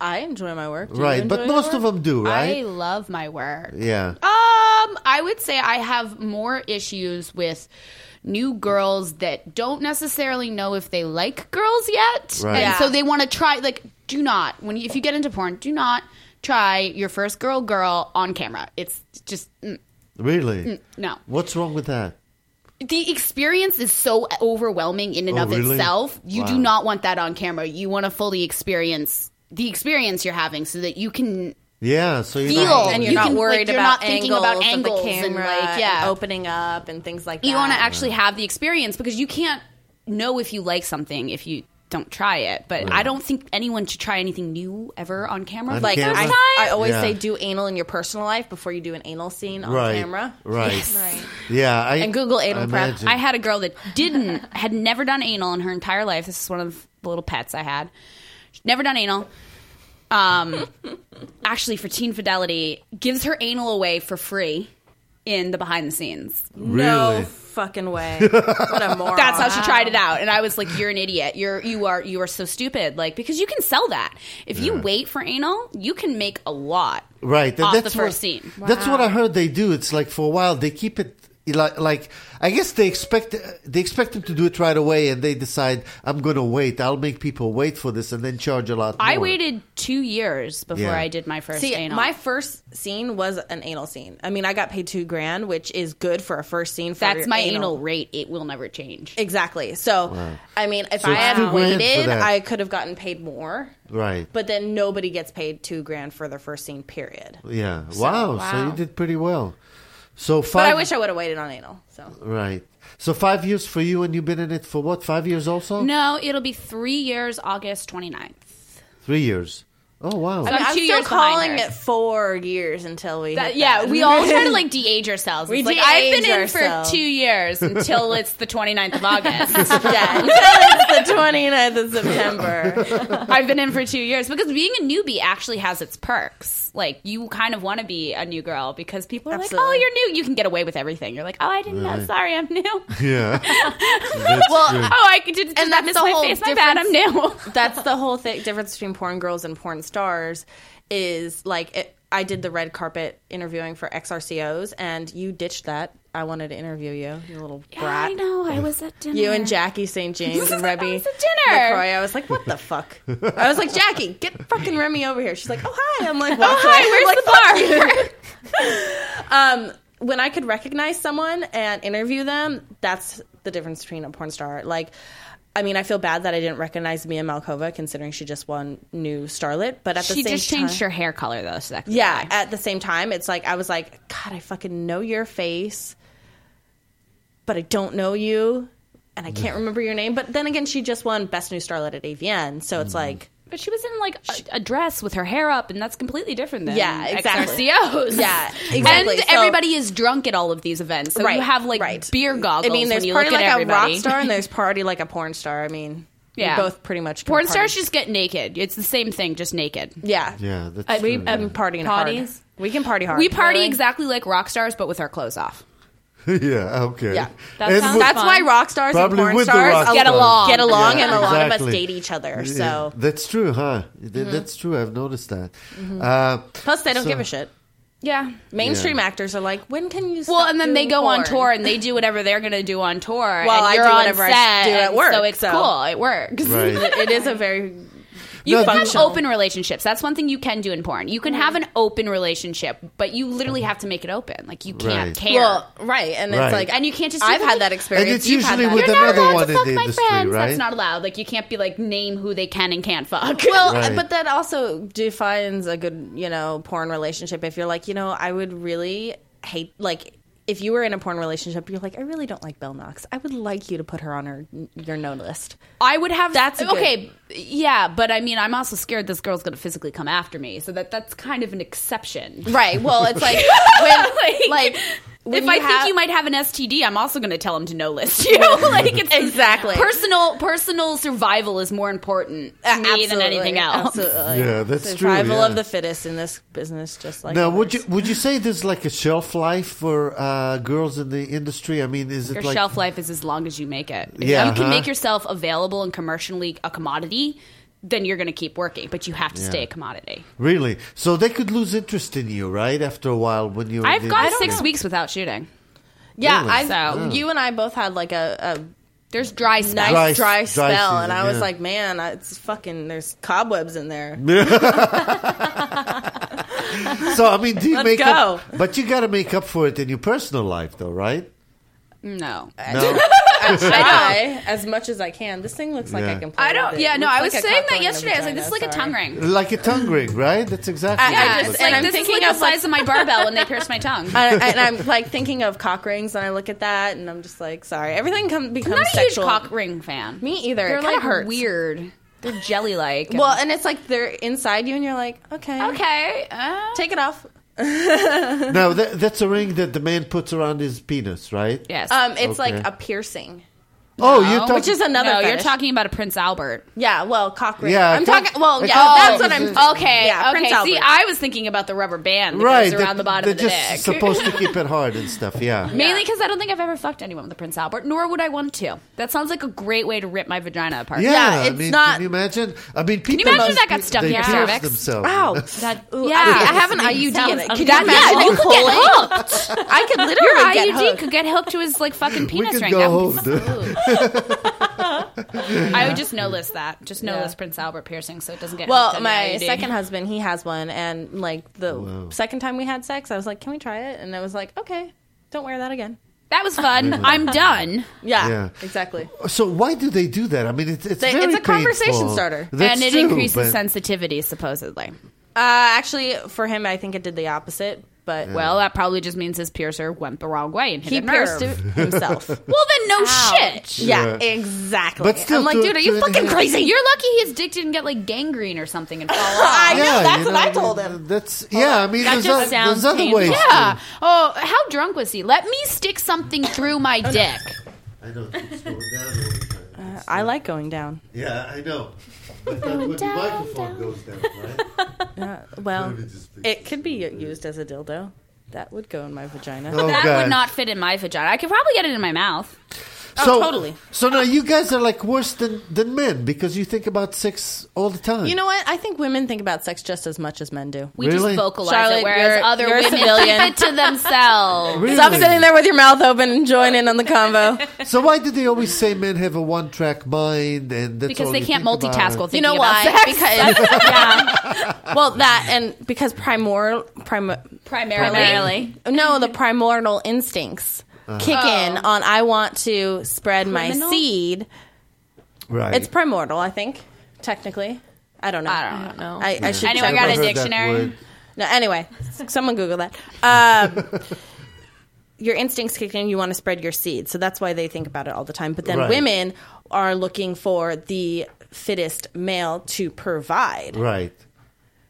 [SPEAKER 7] I enjoy my work, Do you
[SPEAKER 4] right, but
[SPEAKER 7] enjoy your
[SPEAKER 4] most of
[SPEAKER 7] work?
[SPEAKER 4] them do, right?
[SPEAKER 6] I love my work.
[SPEAKER 4] yeah.
[SPEAKER 6] Um, I would say I have more issues with new girls that don't necessarily know if they like girls yet,
[SPEAKER 4] Right.
[SPEAKER 6] and
[SPEAKER 4] Yeah.
[SPEAKER 6] so they want to try. Like, do not when you, if you get into porn, do not try your first girl girl on camera. It's just mm,
[SPEAKER 4] Really?
[SPEAKER 6] no.
[SPEAKER 4] What's wrong with that?
[SPEAKER 6] The experience is so overwhelming in and
[SPEAKER 4] Oh,
[SPEAKER 6] of
[SPEAKER 4] really?
[SPEAKER 6] itself. You
[SPEAKER 4] Wow.
[SPEAKER 6] do not want that on camera. You want to fully experience the experience you're having, so that you can
[SPEAKER 4] Yeah, so you
[SPEAKER 6] Feel.
[SPEAKER 4] know,
[SPEAKER 7] and you're
[SPEAKER 6] You
[SPEAKER 7] not
[SPEAKER 6] can- like,
[SPEAKER 7] worried
[SPEAKER 6] you're not
[SPEAKER 7] about
[SPEAKER 6] thinking about
[SPEAKER 7] angles of
[SPEAKER 6] angles
[SPEAKER 7] the
[SPEAKER 6] and,
[SPEAKER 7] camera,
[SPEAKER 6] like, yeah.
[SPEAKER 7] and opening up and things like that.
[SPEAKER 6] you want to actually have the experience because you can't know if you like something if you don't try it. But I don't think anyone should try anything new ever on camera.
[SPEAKER 4] On
[SPEAKER 6] like
[SPEAKER 7] like
[SPEAKER 4] camera.
[SPEAKER 7] I,
[SPEAKER 4] Sometimes-
[SPEAKER 7] I always
[SPEAKER 4] Yeah.
[SPEAKER 7] say, do anal in your personal life before you do an anal scene on
[SPEAKER 4] right,
[SPEAKER 7] camera.
[SPEAKER 4] right,
[SPEAKER 5] Right.
[SPEAKER 4] yeah. I,
[SPEAKER 7] And Google anal
[SPEAKER 4] I
[SPEAKER 7] prep.
[SPEAKER 4] imagine.
[SPEAKER 6] I had a girl that didn't had never done anal in her entire life. This is one of the little pets I had. She'd never done anal. Um, <laughs> actually, for Teen Fidelity, gives her anal away for free in the behind the scenes.
[SPEAKER 7] No
[SPEAKER 4] Really?
[SPEAKER 7] fucking
[SPEAKER 4] <laughs>
[SPEAKER 7] way. What a moron.
[SPEAKER 6] That's how she tried it out, and I was like, "You're an idiot. You're you are you are so stupid." Like because you can sell that if you wait for anal, you can make a lot.
[SPEAKER 4] right. and
[SPEAKER 6] off the
[SPEAKER 4] that's
[SPEAKER 6] first
[SPEAKER 4] what,
[SPEAKER 6] scene.
[SPEAKER 4] That's what I heard they do. It's like for a while they keep it like, like I guess they expect they expect him to do it right away, and they decide I'm going to wait. I'll make people wait for this, and then charge a lot.
[SPEAKER 6] I
[SPEAKER 4] more."
[SPEAKER 6] waited two years before
[SPEAKER 4] Yeah.
[SPEAKER 6] I did my first
[SPEAKER 7] See,
[SPEAKER 6] anal.
[SPEAKER 7] my first scene was an anal scene. I mean, I got paid two grand, which is good for a first scene. For
[SPEAKER 6] That's my anal.
[SPEAKER 7] anal
[SPEAKER 6] rate. It will never change.
[SPEAKER 7] Exactly. So, I mean, if
[SPEAKER 4] So it's
[SPEAKER 7] I
[SPEAKER 4] two
[SPEAKER 7] had
[SPEAKER 4] grand for
[SPEAKER 7] waited,
[SPEAKER 4] that.
[SPEAKER 7] I could have gotten paid more.
[SPEAKER 4] Right.
[SPEAKER 7] But then nobody gets paid two grand for their first scene, period.
[SPEAKER 4] Yeah. wow, So
[SPEAKER 5] wow.
[SPEAKER 4] you did pretty well. So
[SPEAKER 7] But
[SPEAKER 4] five.
[SPEAKER 7] I wish I would have waited on anal. So
[SPEAKER 4] right. So five years for you, and you've been in it for what? Five years also?
[SPEAKER 6] No, it'll be three years, August 29th.
[SPEAKER 4] Three years. Oh wow.
[SPEAKER 6] I'm
[SPEAKER 7] I'm
[SPEAKER 6] two
[SPEAKER 7] still
[SPEAKER 6] years behind
[SPEAKER 7] calling
[SPEAKER 6] her.
[SPEAKER 7] it four years until we.
[SPEAKER 6] That-
[SPEAKER 7] hit
[SPEAKER 6] yeah,
[SPEAKER 7] that.
[SPEAKER 6] we all try to <laughs> like de-age ourselves.
[SPEAKER 7] We
[SPEAKER 6] It's like, I've been
[SPEAKER 7] de-age
[SPEAKER 6] in
[SPEAKER 7] ourselves.
[SPEAKER 6] for two years until it's the 29th of <laughs> August.
[SPEAKER 7] <laughs> yeah, until it's the 29th of
[SPEAKER 6] <laughs>
[SPEAKER 7] September.
[SPEAKER 6] I've been in for two years because being a newbie actually has its perks. Like you kind of want to be a new girl because people are
[SPEAKER 7] Absolutely.
[SPEAKER 6] like, "Oh, you're new. You can get away with everything." You're like, "Oh, I didn't know. Sorry, I'm new."
[SPEAKER 4] yeah.
[SPEAKER 7] well,
[SPEAKER 6] oh, I did, did
[SPEAKER 7] And
[SPEAKER 6] that
[SPEAKER 7] that's
[SPEAKER 6] miss
[SPEAKER 7] the
[SPEAKER 6] my
[SPEAKER 7] whole
[SPEAKER 6] face. My bad. I'm new.
[SPEAKER 7] <laughs>
[SPEAKER 6] <laughs>
[SPEAKER 7] that's the whole thing difference between porn girls and porn stars is like it, I did the red carpet interviewing for XRCOs and you ditched that. I wanted to interview you, you little brat.
[SPEAKER 6] I know. I was at dinner.
[SPEAKER 7] You and
[SPEAKER 6] <laughs>
[SPEAKER 7] Jackie St. James and Remy.
[SPEAKER 6] "Oh, It's a dinner.
[SPEAKER 7] McCroy. I was like, what the fuck? I was like, Jackie, get fucking Remy over here. She's like, oh hi. I'm like, oh
[SPEAKER 6] Hi, where's the bar?
[SPEAKER 7] Um, when I could recognize someone and interview them, that's the difference between a porn star. Like, I mean, I feel bad that I didn't recognize Mia Malkova considering she just won new starlet, but at the
[SPEAKER 6] she
[SPEAKER 7] same
[SPEAKER 6] just changed
[SPEAKER 7] time,
[SPEAKER 6] her hair color though. So that could be
[SPEAKER 7] yeah.
[SPEAKER 6] why.
[SPEAKER 7] At the same time, it's like I was like, God, I fucking know your face, but I don't know you, and I
[SPEAKER 4] Mm.
[SPEAKER 7] can't remember your name. But then again, she just won best new starlet at AVN, so
[SPEAKER 4] Mm.
[SPEAKER 7] it's like.
[SPEAKER 6] But she was in like a, a dress with her hair up, and that's completely different than
[SPEAKER 7] Yeah, exactly.
[SPEAKER 6] XRCOs.
[SPEAKER 7] Yeah, exactly.
[SPEAKER 6] And
[SPEAKER 7] So-
[SPEAKER 6] everybody is drunk at all of these events, so
[SPEAKER 7] Right,
[SPEAKER 6] you have like
[SPEAKER 7] right.
[SPEAKER 6] beer goggles.
[SPEAKER 7] I mean, there's
[SPEAKER 6] when you
[SPEAKER 7] party
[SPEAKER 6] look
[SPEAKER 7] like
[SPEAKER 6] at everybody.
[SPEAKER 7] a
[SPEAKER 6] <laughs>
[SPEAKER 7] rock star and there's party like a porn star. I mean,
[SPEAKER 6] Yeah.
[SPEAKER 7] yeah, both pretty much. can
[SPEAKER 6] Porn
[SPEAKER 7] party.
[SPEAKER 6] stars just get naked. It's the same thing, just naked.
[SPEAKER 7] yeah,
[SPEAKER 4] Yeah. That's
[SPEAKER 7] I, we
[SPEAKER 4] true.
[SPEAKER 7] I'm partying
[SPEAKER 6] Uh, um, Parties?
[SPEAKER 7] hard. We can party hard.
[SPEAKER 6] We party
[SPEAKER 7] Really?
[SPEAKER 6] exactly like rock stars, but with our clothes off.
[SPEAKER 4] <laughs> yeah. Okay.
[SPEAKER 7] Yeah.
[SPEAKER 5] That
[SPEAKER 4] And
[SPEAKER 5] sounds
[SPEAKER 4] with-
[SPEAKER 7] That's
[SPEAKER 5] fun.
[SPEAKER 7] why rock stars
[SPEAKER 4] Probably
[SPEAKER 7] and porn
[SPEAKER 4] with the
[SPEAKER 7] stars
[SPEAKER 4] rock
[SPEAKER 7] get
[SPEAKER 4] stars.
[SPEAKER 7] along, get along,
[SPEAKER 4] Yeah,
[SPEAKER 7] and a lot of us
[SPEAKER 4] exactly.
[SPEAKER 7] date each other. So
[SPEAKER 4] Yeah, that's true, huh? Th- That's true. I've noticed that. Uh,
[SPEAKER 7] plus, they don't
[SPEAKER 4] So-
[SPEAKER 7] give a shit.
[SPEAKER 6] Yeah.
[SPEAKER 7] Mainstream actors are like, when can you?
[SPEAKER 6] Well,
[SPEAKER 7] stop
[SPEAKER 6] and then they
[SPEAKER 7] doing
[SPEAKER 6] go on
[SPEAKER 7] porn?"
[SPEAKER 6] tour and they do whatever they're going to do on tour.
[SPEAKER 7] Well, I
[SPEAKER 6] and you're
[SPEAKER 7] do
[SPEAKER 6] on
[SPEAKER 7] whatever I
[SPEAKER 6] set,
[SPEAKER 7] do at
[SPEAKER 6] and
[SPEAKER 7] work,
[SPEAKER 6] so it's
[SPEAKER 7] so-
[SPEAKER 6] cool. It works.
[SPEAKER 7] <laughs>
[SPEAKER 4] right.
[SPEAKER 7] It is a very
[SPEAKER 6] You
[SPEAKER 4] No,
[SPEAKER 6] can have
[SPEAKER 4] functional.
[SPEAKER 6] open relationships. That's one thing you can do in porn. You can have an open relationship, but you literally have to make it open. Like you
[SPEAKER 4] Right.
[SPEAKER 6] can't care.
[SPEAKER 7] right, and
[SPEAKER 4] Right.
[SPEAKER 6] and you can't just.
[SPEAKER 7] I've had that
[SPEAKER 4] and
[SPEAKER 7] experience.
[SPEAKER 4] it's
[SPEAKER 7] You've had
[SPEAKER 4] usually
[SPEAKER 7] that
[SPEAKER 4] with
[SPEAKER 6] You're not
[SPEAKER 4] another
[SPEAKER 6] allowed
[SPEAKER 4] one
[SPEAKER 6] to
[SPEAKER 4] in
[SPEAKER 6] fuck
[SPEAKER 4] the
[SPEAKER 6] my
[SPEAKER 4] industry,
[SPEAKER 6] friends.
[SPEAKER 4] right?
[SPEAKER 6] That's not allowed. Like you can't be like name who they can and can't fuck.
[SPEAKER 7] Well,
[SPEAKER 4] Right.
[SPEAKER 7] but that also defines a good, you know, porn relationship. If you're like, you know, I would really hate, like, if you were in a porn relationship, you're like, I really don't like Bell Knox. I would like you to put her on her your no list.
[SPEAKER 6] I would have.
[SPEAKER 7] That's a good-
[SPEAKER 6] okay. Yeah, but I mean, I'm also scared this girl's going to physically come after me. So that that's kind of an exception.
[SPEAKER 7] Right. Well, <laughs> it's like,
[SPEAKER 6] Like-
[SPEAKER 7] like
[SPEAKER 6] if I think you might have an STD, I'm also going to tell him to no list you. <laughs> like it's
[SPEAKER 7] <laughs> Exactly.
[SPEAKER 6] personal personal survival is more important
[SPEAKER 7] Uh,
[SPEAKER 6] to me than anything else.
[SPEAKER 4] Yeah, that's true,
[SPEAKER 7] survival
[SPEAKER 4] yeah.
[SPEAKER 7] of the fittest in this business, just like
[SPEAKER 4] Now,
[SPEAKER 7] others.
[SPEAKER 4] would you would you say there's like a shelf life for uh, girls in the industry? I mean, is it
[SPEAKER 6] Your
[SPEAKER 4] like
[SPEAKER 6] shelf life is as long as you make it. If
[SPEAKER 4] Yeah,
[SPEAKER 6] you can
[SPEAKER 4] uh-huh.
[SPEAKER 6] make yourself available and commercially a commodity, then you're going to keep working, but you have to stay a commodity.
[SPEAKER 4] really? So they could lose interest in you, right? After a while, when you
[SPEAKER 6] I've gone six weeks without shooting.
[SPEAKER 7] Yeah,
[SPEAKER 4] Really?
[SPEAKER 7] I.
[SPEAKER 6] So-
[SPEAKER 7] You and I both had like a, a
[SPEAKER 6] There's dry spells.
[SPEAKER 4] Dry-
[SPEAKER 7] nice dry,
[SPEAKER 4] dry
[SPEAKER 7] spell,
[SPEAKER 4] season,
[SPEAKER 7] and I was
[SPEAKER 4] yeah.
[SPEAKER 7] like, man, I- it's fucking. There's cobwebs in
[SPEAKER 4] <laughs>
[SPEAKER 7] there.
[SPEAKER 4] So I mean, do you
[SPEAKER 7] Let's
[SPEAKER 4] make up?
[SPEAKER 7] go.
[SPEAKER 4] But you got to make up for it in your personal life, though, right?
[SPEAKER 6] No.
[SPEAKER 4] No,
[SPEAKER 7] try as much as I can. This thing looks like
[SPEAKER 4] Yeah.
[SPEAKER 7] I can. Play
[SPEAKER 6] I
[SPEAKER 7] with
[SPEAKER 6] don't.
[SPEAKER 7] it.
[SPEAKER 6] Yeah,
[SPEAKER 7] It
[SPEAKER 6] no.
[SPEAKER 7] looks
[SPEAKER 6] I was
[SPEAKER 7] like a
[SPEAKER 6] saying
[SPEAKER 7] cock
[SPEAKER 6] that
[SPEAKER 7] going in a
[SPEAKER 6] yesterday. I was like, this is like
[SPEAKER 7] vagina,
[SPEAKER 6] a
[SPEAKER 7] sorry.
[SPEAKER 6] tongue ring.
[SPEAKER 4] like a tongue ring, right? That's exactly.
[SPEAKER 7] I- I
[SPEAKER 4] what
[SPEAKER 7] just-
[SPEAKER 4] looks
[SPEAKER 7] and
[SPEAKER 4] like.
[SPEAKER 7] I'm
[SPEAKER 6] this is
[SPEAKER 7] thinking
[SPEAKER 6] like the
[SPEAKER 7] of, like-
[SPEAKER 6] size of my barbell when they pierce
[SPEAKER 7] <laughs>
[SPEAKER 6] my tongue.
[SPEAKER 7] And, and <laughs> I'm like thinking of cock rings, and I look at that, and I'm just like, sorry, everything come, becomes
[SPEAKER 6] I'm not
[SPEAKER 7] sexual.
[SPEAKER 6] a huge cock ring fan.
[SPEAKER 7] Me either.
[SPEAKER 6] They're
[SPEAKER 7] It
[SPEAKER 6] like
[SPEAKER 7] kinda hurts.
[SPEAKER 6] weird. They're jelly like.
[SPEAKER 7] Well, and it's like they're inside you, and you're like, okay,
[SPEAKER 6] okay. Uh,
[SPEAKER 7] take it off.
[SPEAKER 4] Now that, that's a ring that the man puts around his penis, right?
[SPEAKER 6] yes.
[SPEAKER 7] Um, it's
[SPEAKER 4] Okay.
[SPEAKER 7] like a piercing.
[SPEAKER 4] Oh, you're
[SPEAKER 6] No.
[SPEAKER 4] talking.
[SPEAKER 7] Which is another.
[SPEAKER 6] No, you're
[SPEAKER 7] fetish.
[SPEAKER 6] talking about a Prince Albert.
[SPEAKER 7] Yeah, well, cockring.
[SPEAKER 4] Yeah,
[SPEAKER 7] I'm
[SPEAKER 4] cock-
[SPEAKER 7] talking. Well,
[SPEAKER 4] a
[SPEAKER 7] yeah,
[SPEAKER 4] cock-
[SPEAKER 7] that's what I'm.
[SPEAKER 6] Okay,
[SPEAKER 7] Yeah,
[SPEAKER 6] okay.
[SPEAKER 7] Prince
[SPEAKER 6] See,
[SPEAKER 7] Albert.
[SPEAKER 6] I was thinking about the rubber band that goes around
[SPEAKER 4] they're-
[SPEAKER 6] the bottom of the
[SPEAKER 4] They're just
[SPEAKER 6] neck.
[SPEAKER 4] supposed to keep it hard and stuff. Yeah.
[SPEAKER 6] <laughs> Mainly because I don't think I've ever fucked anyone with a Prince Albert, nor would I want to. That sounds like a great way to rip my vagina apart.
[SPEAKER 4] Yeah,
[SPEAKER 7] Yeah,
[SPEAKER 4] I
[SPEAKER 7] it's
[SPEAKER 4] mean,
[SPEAKER 7] not-
[SPEAKER 4] Can you imagine? I mean, people.
[SPEAKER 6] imagine that got stuck
[SPEAKER 4] they
[SPEAKER 6] in your
[SPEAKER 4] pierce
[SPEAKER 6] cervix?
[SPEAKER 4] themselves.
[SPEAKER 7] <laughs> Wow.
[SPEAKER 6] That,
[SPEAKER 7] yeah, I, have an IUD. In it. Could you imagine
[SPEAKER 6] yeah, you
[SPEAKER 7] it
[SPEAKER 6] could get
[SPEAKER 7] pulling?
[SPEAKER 6] hooked.
[SPEAKER 7] <laughs> I could
[SPEAKER 6] Your
[SPEAKER 7] literally get
[SPEAKER 6] IUD
[SPEAKER 7] hooked.
[SPEAKER 6] could get hooked to his like fucking
[SPEAKER 4] <laughs> We
[SPEAKER 6] penis
[SPEAKER 4] could
[SPEAKER 6] ring.
[SPEAKER 4] go
[SPEAKER 6] That
[SPEAKER 4] home.
[SPEAKER 6] would be
[SPEAKER 4] dude. <laughs>
[SPEAKER 6] so- I would just no list that. Just no
[SPEAKER 7] Yeah.
[SPEAKER 6] list Prince Albert piercing so it doesn't get. hooked
[SPEAKER 7] Well,
[SPEAKER 6] on
[SPEAKER 7] my
[SPEAKER 6] your IUD.
[SPEAKER 7] second husband, he has one, and like the second time we had sex, I was like, "Can we try it?" And I was like, "Okay, don't wear that again."
[SPEAKER 6] That was fun.
[SPEAKER 4] <laughs>
[SPEAKER 6] I'm done.
[SPEAKER 7] Yeah,
[SPEAKER 4] Yeah. <laughs>
[SPEAKER 7] exactly. Uh,
[SPEAKER 4] So why do they do that? I mean, it's it's,
[SPEAKER 7] They-
[SPEAKER 4] very
[SPEAKER 7] it's a conversation
[SPEAKER 4] painful.
[SPEAKER 7] starter.
[SPEAKER 4] That's
[SPEAKER 6] and it
[SPEAKER 4] true,
[SPEAKER 6] increases
[SPEAKER 4] but-
[SPEAKER 6] sensitivity, supposedly.
[SPEAKER 7] Uh, actually, for him, I think it did the opposite. But
[SPEAKER 6] Well, that probably just means his piercer went the wrong way and hit
[SPEAKER 7] he
[SPEAKER 6] a
[SPEAKER 7] pierced
[SPEAKER 6] nerve.
[SPEAKER 7] it
[SPEAKER 4] <laughs>
[SPEAKER 7] himself.
[SPEAKER 6] Well, then no shit.
[SPEAKER 7] yeah, exactly.
[SPEAKER 4] But still,
[SPEAKER 7] I'm like,
[SPEAKER 4] to-
[SPEAKER 7] dude, are you
[SPEAKER 4] to-
[SPEAKER 7] fucking crazy?
[SPEAKER 6] You're lucky his dick didn't get like gangrene or something and fall
[SPEAKER 7] I <laughs>
[SPEAKER 6] off.
[SPEAKER 7] know.
[SPEAKER 4] Yeah,
[SPEAKER 7] that's
[SPEAKER 4] you
[SPEAKER 7] what
[SPEAKER 4] know,
[SPEAKER 7] I told him.
[SPEAKER 4] That's yeah. I mean,
[SPEAKER 5] That
[SPEAKER 4] there's,
[SPEAKER 5] just
[SPEAKER 4] oth-
[SPEAKER 5] sounds
[SPEAKER 4] there's other
[SPEAKER 5] painful.
[SPEAKER 4] ways. to-
[SPEAKER 6] yeah. Oh, how drunk was he? Let me stick something
[SPEAKER 4] <laughs>
[SPEAKER 6] through my
[SPEAKER 4] Oh,
[SPEAKER 6] dick.
[SPEAKER 4] I know. it keeps going down all the time.
[SPEAKER 7] I like going down.
[SPEAKER 4] Yeah, I know. But that's when the microphone goes down, right?
[SPEAKER 7] Well,
[SPEAKER 4] just
[SPEAKER 6] <laughs>
[SPEAKER 4] be-
[SPEAKER 7] it could be used as a dildo. That would go in my vagina.
[SPEAKER 4] Oh,
[SPEAKER 6] that
[SPEAKER 4] God.
[SPEAKER 6] would not fit in my vagina. I could probably get it in my mouth.
[SPEAKER 4] so,
[SPEAKER 7] totally.
[SPEAKER 4] So now you guys are like worse than than men because you think about sex all the time.
[SPEAKER 7] You know what? I think women think about sex just as much as men do.
[SPEAKER 6] We
[SPEAKER 4] Really?
[SPEAKER 6] just vocalize
[SPEAKER 7] Charlotte,
[SPEAKER 6] it, whereas
[SPEAKER 7] you're-
[SPEAKER 6] other
[SPEAKER 7] you're a
[SPEAKER 6] women
[SPEAKER 7] civilian.
[SPEAKER 6] keep it to themselves.
[SPEAKER 4] Really?
[SPEAKER 7] Stop sitting there with your mouth open and join in on the <laughs> convo.
[SPEAKER 4] So why do they always say men have a one track mind and that's
[SPEAKER 6] Because
[SPEAKER 4] all
[SPEAKER 6] they
[SPEAKER 4] you
[SPEAKER 6] can't
[SPEAKER 4] think about?
[SPEAKER 6] multitask while thinking
[SPEAKER 7] you know
[SPEAKER 6] about
[SPEAKER 7] why?
[SPEAKER 6] <laughs> sex.
[SPEAKER 7] <laughs> Because yeah. Well, that and because primordial prim,
[SPEAKER 6] Primarily.
[SPEAKER 7] no, the primordial instincts kick
[SPEAKER 4] Uh-huh.
[SPEAKER 7] in on I want to spread my
[SPEAKER 6] Criminal?
[SPEAKER 7] seed.
[SPEAKER 4] Right.
[SPEAKER 7] It's primordial, I think, technically. I don't know.
[SPEAKER 6] I don't know.
[SPEAKER 7] I, I
[SPEAKER 4] Mm-hmm.
[SPEAKER 7] should
[SPEAKER 6] Anyway, I
[SPEAKER 7] check
[SPEAKER 6] got
[SPEAKER 7] my-
[SPEAKER 4] Never
[SPEAKER 6] a
[SPEAKER 4] heard that
[SPEAKER 6] dictionary.
[SPEAKER 4] word.
[SPEAKER 7] No, anyway, <laughs> someone Google that. Um, <laughs> your instincts kick in, you want to spread your seed. So that's why they think about it all the time. But then
[SPEAKER 4] Right.
[SPEAKER 7] women are looking for the fittest male to provide.
[SPEAKER 4] Right.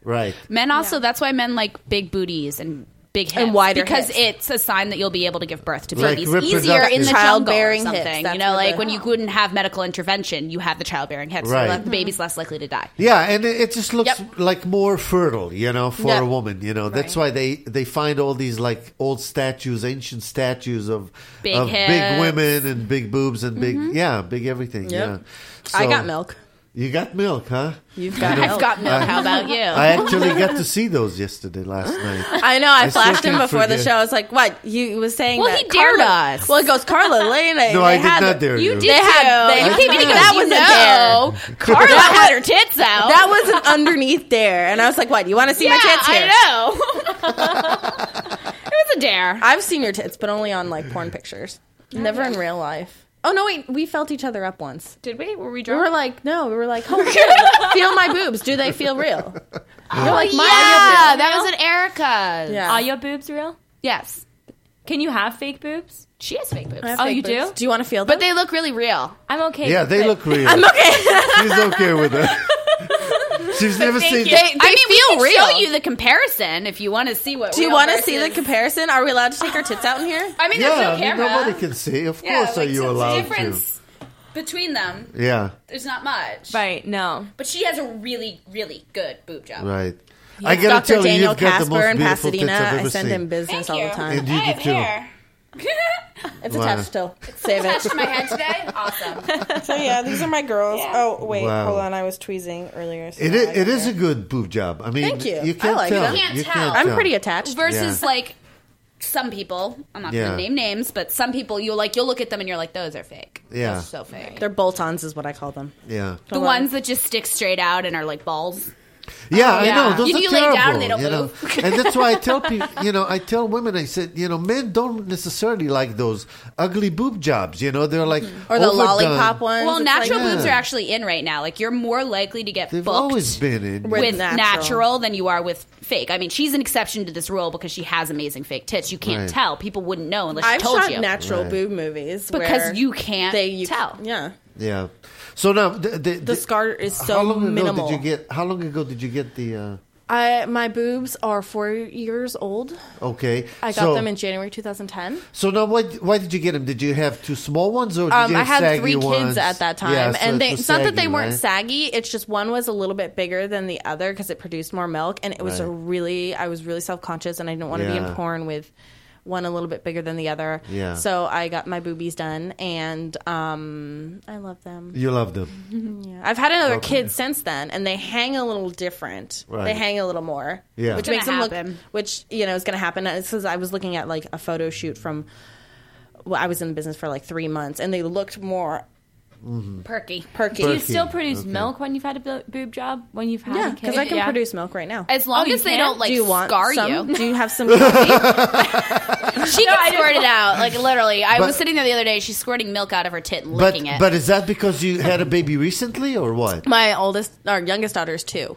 [SPEAKER 4] Right.
[SPEAKER 6] Men also, that's why men like big booties and big hips.
[SPEAKER 7] wider
[SPEAKER 6] Because
[SPEAKER 7] hips.
[SPEAKER 6] it's a sign that you'll be able to give birth to
[SPEAKER 4] Like
[SPEAKER 6] babies easier
[SPEAKER 4] reproductive.
[SPEAKER 6] in the jungle or
[SPEAKER 7] Childbearing hips,
[SPEAKER 6] something.
[SPEAKER 7] that's
[SPEAKER 6] you know,
[SPEAKER 7] what
[SPEAKER 6] like
[SPEAKER 7] the-
[SPEAKER 6] when you couldn't have medical intervention, you have the childbearing hips.
[SPEAKER 4] Right.
[SPEAKER 6] So that the baby's less likely
[SPEAKER 4] <laughs>
[SPEAKER 6] to die.
[SPEAKER 4] Yeah, and it it just looks
[SPEAKER 6] Yep.
[SPEAKER 4] like more fertile, you know, for
[SPEAKER 7] Yep.
[SPEAKER 4] a woman. You know, that's why they they find all these like old statues, ancient statues of
[SPEAKER 6] Big
[SPEAKER 4] of big
[SPEAKER 6] hips.
[SPEAKER 4] women and big boobs and big yeah, big everything. Yeah,
[SPEAKER 7] I
[SPEAKER 4] So-
[SPEAKER 7] got milk.
[SPEAKER 4] You got milk, huh?
[SPEAKER 7] You've got
[SPEAKER 6] I've got milk. How about
[SPEAKER 4] <laughs>
[SPEAKER 6] you?
[SPEAKER 4] I actually got to see those yesterday last night.
[SPEAKER 7] I know. I,
[SPEAKER 4] I still
[SPEAKER 7] flashed him
[SPEAKER 4] can't
[SPEAKER 7] before the
[SPEAKER 4] forget.
[SPEAKER 7] show. I was like, "What you was saying?"
[SPEAKER 6] Well,
[SPEAKER 7] that
[SPEAKER 6] he dared
[SPEAKER 7] Carla-
[SPEAKER 6] us.
[SPEAKER 7] Well, it goes
[SPEAKER 4] <laughs>
[SPEAKER 7] Carla Lena.
[SPEAKER 4] No, I did not dare you.
[SPEAKER 7] They had. They,
[SPEAKER 4] You keep
[SPEAKER 7] that,
[SPEAKER 4] thinking
[SPEAKER 7] that
[SPEAKER 4] you
[SPEAKER 7] was a dare.
[SPEAKER 6] Carla had her tits out.
[SPEAKER 7] That was an underneath dare, and I was like, "What? You want to see my tits here?"
[SPEAKER 6] I know. <laughs> it was a dare.
[SPEAKER 7] I've seen your tits, but only on like porn pictures. Never in real life. Oh no, wait, we felt each other up once.
[SPEAKER 6] Did we? Were we
[SPEAKER 7] We
[SPEAKER 6] drunk?
[SPEAKER 7] were like, no, we were like, <laughs> oh, shit, feel my boobs. Do they feel real? You're like,
[SPEAKER 6] yeah,
[SPEAKER 7] my
[SPEAKER 6] that was at Erica's.
[SPEAKER 7] Yeah. Oh,
[SPEAKER 5] Are your boobs real?
[SPEAKER 6] Yes.
[SPEAKER 5] Can you have fake boobs?
[SPEAKER 6] She has fake boobs.
[SPEAKER 7] I have
[SPEAKER 5] Oh,
[SPEAKER 7] fake
[SPEAKER 5] you
[SPEAKER 7] boobs.
[SPEAKER 5] do?
[SPEAKER 7] Do you want to feel them?
[SPEAKER 6] But they look really real.
[SPEAKER 5] I'm okay.
[SPEAKER 4] Yeah,
[SPEAKER 5] with
[SPEAKER 4] they
[SPEAKER 5] it.
[SPEAKER 4] look real.
[SPEAKER 7] I'm okay.
[SPEAKER 4] She's okay with
[SPEAKER 7] <laughs>
[SPEAKER 4] it. She's never seen.
[SPEAKER 7] They, they
[SPEAKER 6] I mean, we
[SPEAKER 7] feel
[SPEAKER 6] can
[SPEAKER 7] real.
[SPEAKER 6] show you the comparison if you want to see what.
[SPEAKER 7] Do you
[SPEAKER 6] real
[SPEAKER 7] want to see the
[SPEAKER 6] versus-
[SPEAKER 7] comparison? Are we allowed to take our tits out in here?
[SPEAKER 6] I mean,
[SPEAKER 4] Yeah,
[SPEAKER 6] there's
[SPEAKER 4] I
[SPEAKER 6] no
[SPEAKER 4] mean,
[SPEAKER 6] camera.
[SPEAKER 4] nobody can see. Of
[SPEAKER 6] Yeah,
[SPEAKER 4] course,
[SPEAKER 6] like,
[SPEAKER 4] are you
[SPEAKER 6] so the
[SPEAKER 4] allowed
[SPEAKER 6] difference between them?
[SPEAKER 4] to? Yeah,
[SPEAKER 6] There's not much.
[SPEAKER 5] Right. No.
[SPEAKER 6] But she has a really, really good boob job.
[SPEAKER 4] right. I gotta
[SPEAKER 7] Dr.
[SPEAKER 4] tell you,
[SPEAKER 7] Daniel
[SPEAKER 4] you've got the
[SPEAKER 7] Casper
[SPEAKER 4] most
[SPEAKER 7] in
[SPEAKER 4] beautiful tits
[SPEAKER 7] Pasadena.
[SPEAKER 4] I've
[SPEAKER 7] I
[SPEAKER 4] ever
[SPEAKER 7] send
[SPEAKER 4] seen.
[SPEAKER 7] him business
[SPEAKER 6] Thank
[SPEAKER 7] all the
[SPEAKER 6] you.
[SPEAKER 7] time.
[SPEAKER 4] And you
[SPEAKER 6] I
[SPEAKER 4] do
[SPEAKER 6] have
[SPEAKER 4] too.
[SPEAKER 6] hair.
[SPEAKER 7] It's
[SPEAKER 4] Wow.
[SPEAKER 7] attached still. Save it.
[SPEAKER 6] Touched my
[SPEAKER 4] <laughs>
[SPEAKER 6] head today. Awesome.
[SPEAKER 7] So <laughs> yeah, these are my girls. Oh wait,
[SPEAKER 4] Wow. hold on,
[SPEAKER 7] I was tweezing earlier.
[SPEAKER 4] It is, it is a good boob job. I mean,
[SPEAKER 7] Thank you. I
[SPEAKER 4] can't
[SPEAKER 7] like
[SPEAKER 4] tell.
[SPEAKER 7] it. You
[SPEAKER 6] can't tell.
[SPEAKER 7] I'm pretty attached.
[SPEAKER 6] Versus like some people. I'm not
[SPEAKER 4] Yeah.
[SPEAKER 6] gonna name names, but some people you'll like you'll look at them and you're like, those are fake.
[SPEAKER 4] Yeah.
[SPEAKER 6] Those are so fake.
[SPEAKER 7] They're bolt-ons, is what I call them.
[SPEAKER 4] Yeah,
[SPEAKER 6] the ones that just stick straight out and are like balls.
[SPEAKER 4] yeah,
[SPEAKER 6] yeah.
[SPEAKER 4] I know. Those
[SPEAKER 6] You-
[SPEAKER 4] are
[SPEAKER 6] you lay
[SPEAKER 4] terrible.
[SPEAKER 6] down and they don't
[SPEAKER 4] you know?
[SPEAKER 7] <laughs>
[SPEAKER 6] move.
[SPEAKER 4] and that's why I tell people. You know, I tell women. I said, you know, men don't necessarily like those ugly boob jobs. You know, they're like
[SPEAKER 7] Or the
[SPEAKER 4] overdone.
[SPEAKER 7] lollipop ones.
[SPEAKER 6] Well,
[SPEAKER 7] It's
[SPEAKER 6] natural
[SPEAKER 7] like-
[SPEAKER 6] boobs are actually in right now. Like you're more likely to get
[SPEAKER 4] They've
[SPEAKER 6] booked
[SPEAKER 4] always been in.
[SPEAKER 7] With
[SPEAKER 6] with
[SPEAKER 7] natural.
[SPEAKER 6] natural. than you are with fake. I mean, she's an exception to this rule because she has amazing fake tits. You can't
[SPEAKER 4] Right.
[SPEAKER 6] tell. People wouldn't know unless
[SPEAKER 7] I've
[SPEAKER 6] she told
[SPEAKER 7] shot
[SPEAKER 6] you.
[SPEAKER 7] natural
[SPEAKER 4] Right.
[SPEAKER 7] boob movies
[SPEAKER 6] Because
[SPEAKER 7] where
[SPEAKER 6] you can't tell.
[SPEAKER 7] Yeah,
[SPEAKER 4] yeah. So now the, the,
[SPEAKER 7] the scar is
[SPEAKER 4] how
[SPEAKER 7] so
[SPEAKER 4] long ago
[SPEAKER 7] minimal.
[SPEAKER 4] did you get? How long ago did you get the? Uh,
[SPEAKER 7] I my boobs are four years old.
[SPEAKER 4] Okay.
[SPEAKER 7] I got
[SPEAKER 4] so,
[SPEAKER 7] them in January 2010.
[SPEAKER 4] So now, why why did you get them? Did you have two small ones, or did
[SPEAKER 7] Um,
[SPEAKER 4] you have
[SPEAKER 7] I had
[SPEAKER 4] saggy
[SPEAKER 7] three kids
[SPEAKER 4] ones?
[SPEAKER 7] at that time,
[SPEAKER 4] Yeah, so
[SPEAKER 7] and
[SPEAKER 4] it
[SPEAKER 7] they,
[SPEAKER 4] was
[SPEAKER 7] it's not that they
[SPEAKER 4] saggy,
[SPEAKER 7] weren't
[SPEAKER 4] right?
[SPEAKER 7] saggy. It's just one was a little bit bigger than the other because it produced more milk, and it was a
[SPEAKER 4] Right.
[SPEAKER 7] really I was really self conscious, and I didn't want to be
[SPEAKER 4] Yeah.
[SPEAKER 7] in porn with one a little bit bigger than the other.
[SPEAKER 4] Yeah.
[SPEAKER 7] So I got my boobies done, and um, I love them.
[SPEAKER 4] You love them,
[SPEAKER 7] Yeah. I've had another
[SPEAKER 4] Okay.
[SPEAKER 7] kid since then, and they hang a little different.
[SPEAKER 4] Right.
[SPEAKER 7] They hang a little more,
[SPEAKER 4] Yeah. It's
[SPEAKER 7] which makes them
[SPEAKER 6] gonna
[SPEAKER 7] look,
[SPEAKER 6] happen.
[SPEAKER 7] which you know is going to happen. Because I was looking at like a photo shoot from. Well, I was in the business for like three months, and they looked more
[SPEAKER 6] Perky.
[SPEAKER 5] Do
[SPEAKER 7] perky.
[SPEAKER 5] you
[SPEAKER 4] Perky.
[SPEAKER 5] still produce
[SPEAKER 4] Okay.
[SPEAKER 5] milk when you've had a bo- boob job? When you've had
[SPEAKER 7] Yeah,
[SPEAKER 5] a kid?
[SPEAKER 7] because I can
[SPEAKER 5] Yeah.
[SPEAKER 7] produce milk right now.
[SPEAKER 6] As long
[SPEAKER 5] Oh, you
[SPEAKER 6] as they
[SPEAKER 5] can?
[SPEAKER 6] don't like
[SPEAKER 7] do you want
[SPEAKER 6] scar
[SPEAKER 7] some? <laughs>
[SPEAKER 6] you.
[SPEAKER 7] Do you
[SPEAKER 6] <laughs>
[SPEAKER 7] have some? coffee?
[SPEAKER 6] She can squirt it out. Like literally, I
[SPEAKER 4] But-
[SPEAKER 6] was sitting there the other day. She's squirting milk out of her tit and
[SPEAKER 4] but
[SPEAKER 6] licking it.
[SPEAKER 4] but is that because you had a baby recently, or what?
[SPEAKER 7] My oldest, our youngest daughter is two.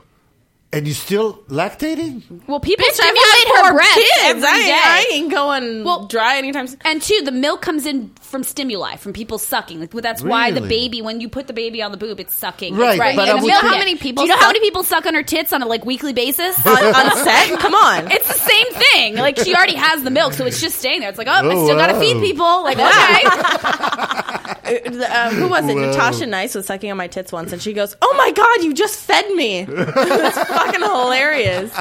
[SPEAKER 4] And you still lactating?
[SPEAKER 6] well, people
[SPEAKER 7] Bitch, I've
[SPEAKER 6] stimulate
[SPEAKER 7] had four
[SPEAKER 6] her breath
[SPEAKER 7] kids.
[SPEAKER 6] every
[SPEAKER 7] I, I
[SPEAKER 6] day.
[SPEAKER 7] ain't going
[SPEAKER 6] Well-
[SPEAKER 7] dry anytime. soon.
[SPEAKER 6] And two, the milk comes in from stimuli, from people sucking. Like, well, that's why the
[SPEAKER 4] Really?
[SPEAKER 6] baby, when you put the baby on the boob, it's sucking.
[SPEAKER 4] Right,
[SPEAKER 6] It's bringing
[SPEAKER 4] but
[SPEAKER 6] in
[SPEAKER 4] I
[SPEAKER 6] the
[SPEAKER 4] would-
[SPEAKER 6] milk
[SPEAKER 4] Do you know
[SPEAKER 7] how
[SPEAKER 6] in.
[SPEAKER 7] many people
[SPEAKER 6] Do you know how
[SPEAKER 7] suck-
[SPEAKER 6] many people suck on her tits on a like weekly basis?
[SPEAKER 7] on, <laughs> on set, come on.
[SPEAKER 6] it's the same thing. Like she already has the milk, so it's just staying there. It's like, oh, I
[SPEAKER 4] Oh,
[SPEAKER 6] still gotta
[SPEAKER 4] wow.
[SPEAKER 6] feed people. Like,
[SPEAKER 7] <laughs>
[SPEAKER 6] okay.
[SPEAKER 7] Uh, who was it?
[SPEAKER 4] Whoa.
[SPEAKER 7] Natasha Nice was sucking on my tits once, and she goes, "Oh my god, you just fed me!" <laughs> it's fucking hilarious.